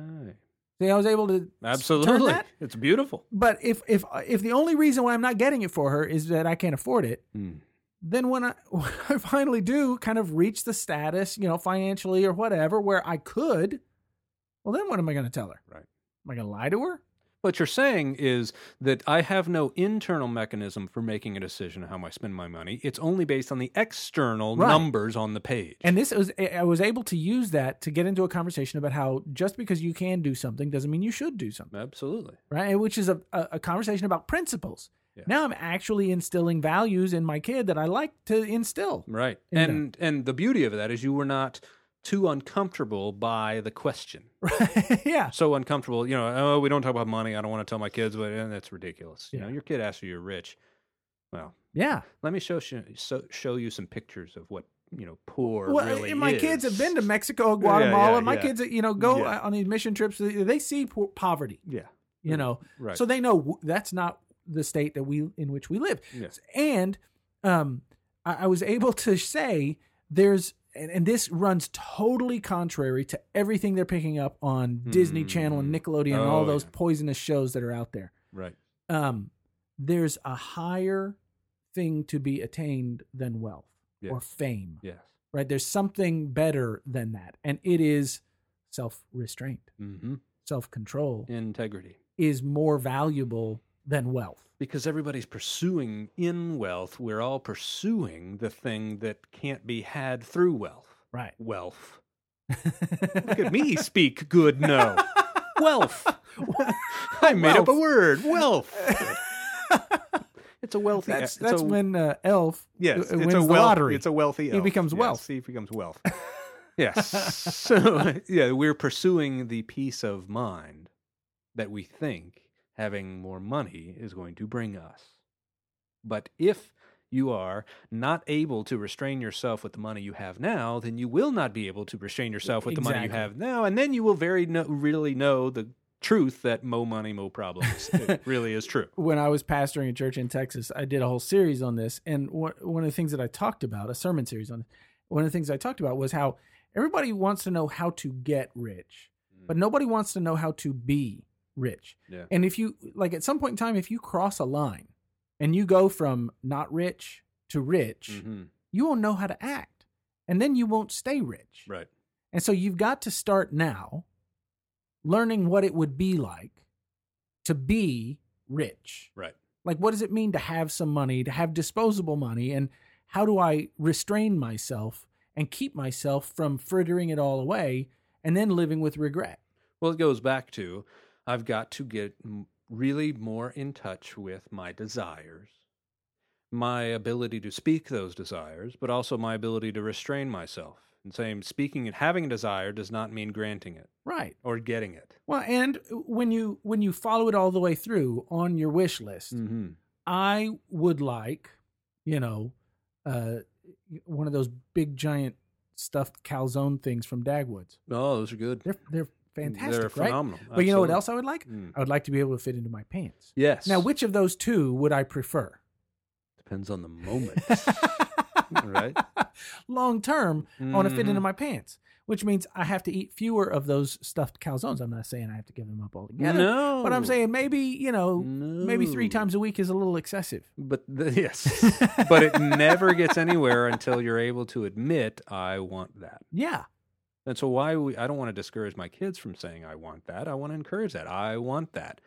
Speaker 1: See, I was able to s- turn
Speaker 2: Absolutely.
Speaker 1: that.
Speaker 2: It's beautiful.
Speaker 1: But if if if the only reason why I'm not getting it for her is that I can't afford it,
Speaker 2: Mm.
Speaker 1: then when I when I finally do kind of reach the status, you know, financially or whatever, where I could, well, then what am I going to tell her?
Speaker 2: Right.
Speaker 1: Am I going to lie to her?
Speaker 2: What you're saying is that I have no internal mechanism for making a decision on how I spend my money. It's only based on the external
Speaker 1: Right.
Speaker 2: numbers on the page.
Speaker 1: And this was I was able to use that to get into a conversation about how just because you can do something doesn't mean you should do something.
Speaker 2: Absolutely.
Speaker 1: right? Which is a, a, a conversation about principles.
Speaker 2: Yeah.
Speaker 1: Now I'm actually instilling values in my kid that I like to instill.
Speaker 2: Right.
Speaker 1: In
Speaker 2: and and the beauty of that is you were not too uncomfortable by the question. Hmm.
Speaker 1: yeah.
Speaker 2: So uncomfortable, you know, oh, we don't talk about money. I don't want to tell my kids, but eh, that's ridiculous. You know,
Speaker 1: Yeah.
Speaker 2: your kid asks you you're rich. Well,
Speaker 1: Yeah.
Speaker 2: let me show you, so, show you some pictures of what, you know, poor
Speaker 1: well,
Speaker 2: really
Speaker 1: and my
Speaker 2: is.
Speaker 1: kids have been to Mexico,
Speaker 2: Yeah, yeah,
Speaker 1: Guatemala. my
Speaker 2: yeah.
Speaker 1: kids, you know, go
Speaker 2: Yeah.
Speaker 1: uh, on these mission trips. They they see po- poverty,
Speaker 2: Yeah,
Speaker 1: you
Speaker 2: Mm,
Speaker 1: know,
Speaker 2: right.
Speaker 1: so they know w- that's not the state that we in which we live.
Speaker 2: Yeah.
Speaker 1: And um, I, I was able to say there's, and, and this runs totally contrary to everything they're picking up on Disney Channel and
Speaker 2: Mm.
Speaker 1: Nickelodeon and all
Speaker 2: Oh,
Speaker 1: those
Speaker 2: yeah.
Speaker 1: poisonous shows that are out there.
Speaker 2: right.
Speaker 1: um, there's a higher thing to be attained than wealth
Speaker 2: Yes.
Speaker 1: or fame,
Speaker 2: Yes.
Speaker 1: right? There's something better than that, and it is self restraint,
Speaker 2: Mm-hmm.
Speaker 1: self control
Speaker 2: Integrity.
Speaker 1: is more valuable than wealth.
Speaker 2: Because everybody's pursuing in wealth, we're all pursuing the thing that can't be had through wealth.
Speaker 1: Right.
Speaker 2: Wealth. Look at me speak good no. Wealth. I made up a
Speaker 1: Wealth.
Speaker 2: word. Wealth. It's a wealthy. e,
Speaker 1: that's
Speaker 2: it's
Speaker 1: that's
Speaker 2: a,
Speaker 1: when uh, Elf
Speaker 2: yes,
Speaker 1: uh,
Speaker 2: it's
Speaker 1: wins
Speaker 2: a
Speaker 1: the
Speaker 2: wealth,
Speaker 1: lottery.
Speaker 2: It's a wealthy. Elf.
Speaker 1: becomes
Speaker 2: Yes,
Speaker 1: wealth.
Speaker 2: He becomes wealth. yes. So yeah, we're pursuing the peace of mind that we think having more money is going to bring us. But if you are not able to restrain yourself with the money you have now, then you will not be able to restrain yourself with the money you
Speaker 1: Exactly.
Speaker 2: have now, and then you will very no, really know the truth that mo money mo problems it really is true.
Speaker 1: when I was pastoring a church in Texas, I did a whole series on this, and one one of the things that I talked about, a sermon series on, one of the things I talked about was how everybody wants to know how to get rich, but nobody wants to know how to be rich.
Speaker 2: Yeah.
Speaker 1: And if you like, at some point in time, if you cross a line, and you go from not rich to rich,
Speaker 2: Mhm.
Speaker 1: you won't know how to act, and then you won't stay rich.
Speaker 2: Right.
Speaker 1: And so you've got to start now learning what it would be like to be rich.
Speaker 2: Right.
Speaker 1: Like, what does it mean to have some money, to have disposable money, and how do I restrain myself and keep myself from frittering it all away and then living with regret?
Speaker 2: Well, it goes back to I've got to get m- really more in touch with my desires, my ability to speak those desires, but also my ability to restrain myself. And saying speaking and having a desire does not mean granting it
Speaker 1: Right.
Speaker 2: or getting it.
Speaker 1: Well, and when you when you follow it all the way through on your wish list,
Speaker 2: Mm-hmm.
Speaker 1: I would like, you know, uh, one of those big giant stuffed calzone things from Dagwoods.
Speaker 2: Oh, those are good.
Speaker 1: They're they're fantastic,
Speaker 2: They're
Speaker 1: right?
Speaker 2: phenomenal.
Speaker 1: But you know what
Speaker 2: Absolutely.
Speaker 1: else I would like?
Speaker 2: Mm.
Speaker 1: I would like to be able to fit into my pants.
Speaker 2: Yes.
Speaker 1: Now, which of those two would I prefer?
Speaker 2: depends on the moment. Right.
Speaker 1: Long term, I want to fit into
Speaker 2: Mhm.
Speaker 1: my pants, which means I have to eat fewer of those stuffed calzones. I'm not saying I have to give them up altogether,
Speaker 2: no.
Speaker 1: but I'm saying maybe you know, maybe three
Speaker 2: No.
Speaker 1: times a week is a little excessive.
Speaker 2: But th- yes, but it never gets anywhere until you're able to admit I want that.
Speaker 1: Yeah,
Speaker 2: And so why we, I don't want to discourage my kids from saying I want that. I want to encourage that. I want that.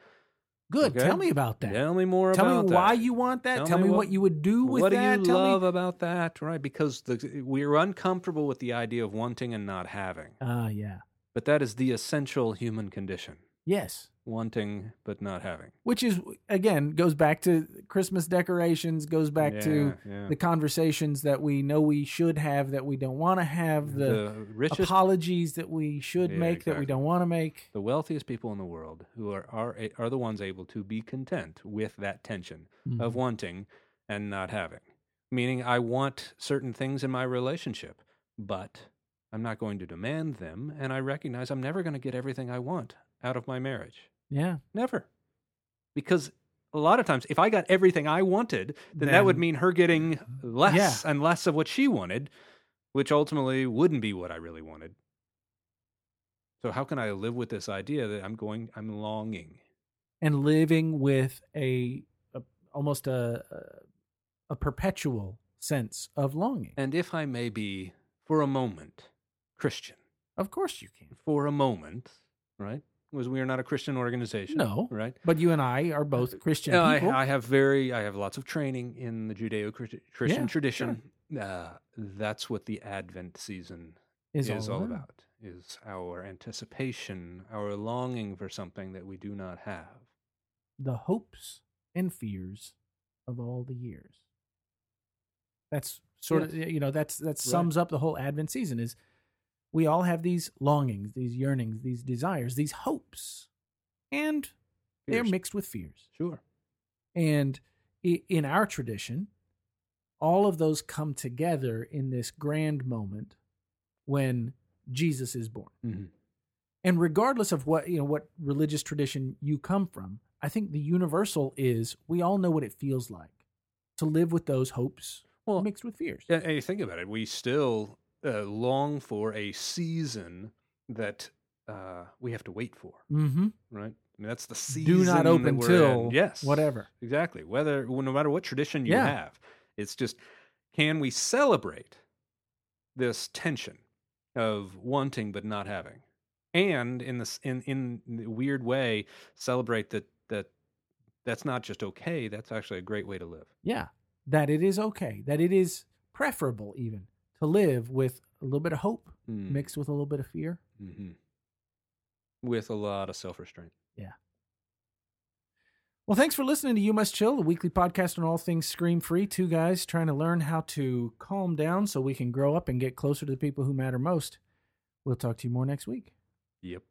Speaker 1: good.
Speaker 2: Okay.
Speaker 1: Tell me about that.
Speaker 2: Tell me more
Speaker 1: Tell
Speaker 2: about
Speaker 1: me
Speaker 2: that.
Speaker 1: why you want that.
Speaker 2: Tell
Speaker 1: Tell,
Speaker 2: me
Speaker 1: me,
Speaker 2: what-
Speaker 1: what, you would do with
Speaker 2: what
Speaker 1: that.
Speaker 2: do you
Speaker 1: Tell
Speaker 2: love
Speaker 1: me.
Speaker 2: about that, right? Because the, we're uncomfortable with the idea of wanting and not having.
Speaker 1: Ah, yeah.
Speaker 2: But that is the essential human condition:
Speaker 1: Yes.
Speaker 2: wanting but not having.
Speaker 1: Which is again goes back to Christmas decorations. Goes back to
Speaker 2: Yeah, yeah.
Speaker 1: the conversations that we know we should have that we don't want to have, the,
Speaker 2: richest,
Speaker 1: apologies that we should
Speaker 2: Yeah,
Speaker 1: make that
Speaker 2: exactly.
Speaker 1: we don't want to make.
Speaker 2: the wealthiest people in the world who are are are the ones able to be content with that tension. of wanting and not having. Meaning, I want certain things in my relationship, but I'm not going to demand them. And I recognize I'm never going to get everything I want out of my marriage.
Speaker 1: yeah,
Speaker 2: Never. Because a lot of times, if I got everything I wanted, then, that would
Speaker 1: Then-
Speaker 2: mean her getting less and less of what she wanted, which ultimately wouldn't be what I really wanted. So, how can I live with this idea that I'm going, I'm longing?
Speaker 1: and living with a, a almost a a perpetual sense of longing.
Speaker 2: And if I may be, for a moment, Christian.
Speaker 1: Of course, you can.
Speaker 2: for a moment, right? Was we are not a Christian organization.
Speaker 1: No.
Speaker 2: Right?
Speaker 1: But you and I are both Christian
Speaker 2: No,
Speaker 1: people.
Speaker 2: I, I have very, I have lots of training in the Judeo Christian
Speaker 1: Yeah,
Speaker 2: tradition. Uh, that's what the Advent season
Speaker 1: is,
Speaker 2: is all
Speaker 1: around.
Speaker 2: about, is our anticipation, our longing for something that we do not have.
Speaker 1: the hopes and fears of all the years. That's sort of you know that's that sums up the whole Advent season is we all have these longings, these yearnings, these desires, these hopes, and they're
Speaker 2: Fears.
Speaker 1: mixed with fears.
Speaker 2: Sure.
Speaker 1: And i- in our tradition, all of those come together in this grand moment when Jesus is born.
Speaker 2: Mm-hmm.
Speaker 1: And regardless of what, you know, what religious tradition you come from, I think the universal is we all know what it feels like to live with those hopes
Speaker 2: Well,
Speaker 1: mixed with fears.
Speaker 2: Yeah, and you think about it, we still uh, long for a season that uh, we have to wait for,
Speaker 1: Mm-hmm.
Speaker 2: right? I mean, that's the season.
Speaker 1: Do not
Speaker 2: that
Speaker 1: open
Speaker 2: we're
Speaker 1: till
Speaker 2: in. yes,
Speaker 1: whatever.
Speaker 2: exactly. Whether well, no matter what tradition you
Speaker 1: Yeah.
Speaker 2: have, it's just can we celebrate this tension of wanting but not having, and in this in in the weird way celebrate that that that's not just okay. That's actually a great way to live.
Speaker 1: Yeah. That it is okay. That it is preferable even to live with a little bit of hope
Speaker 2: Mm.
Speaker 1: mixed with a little bit of fear.
Speaker 2: Mm-hmm. With a lot of self restraint.
Speaker 1: Well, thanks for listening to You Must Chill, the weekly podcast on all things scream free. Two guys trying to learn how to calm down so we can grow up and get closer to the people who matter most. We'll talk to you more next week.
Speaker 2: Yep.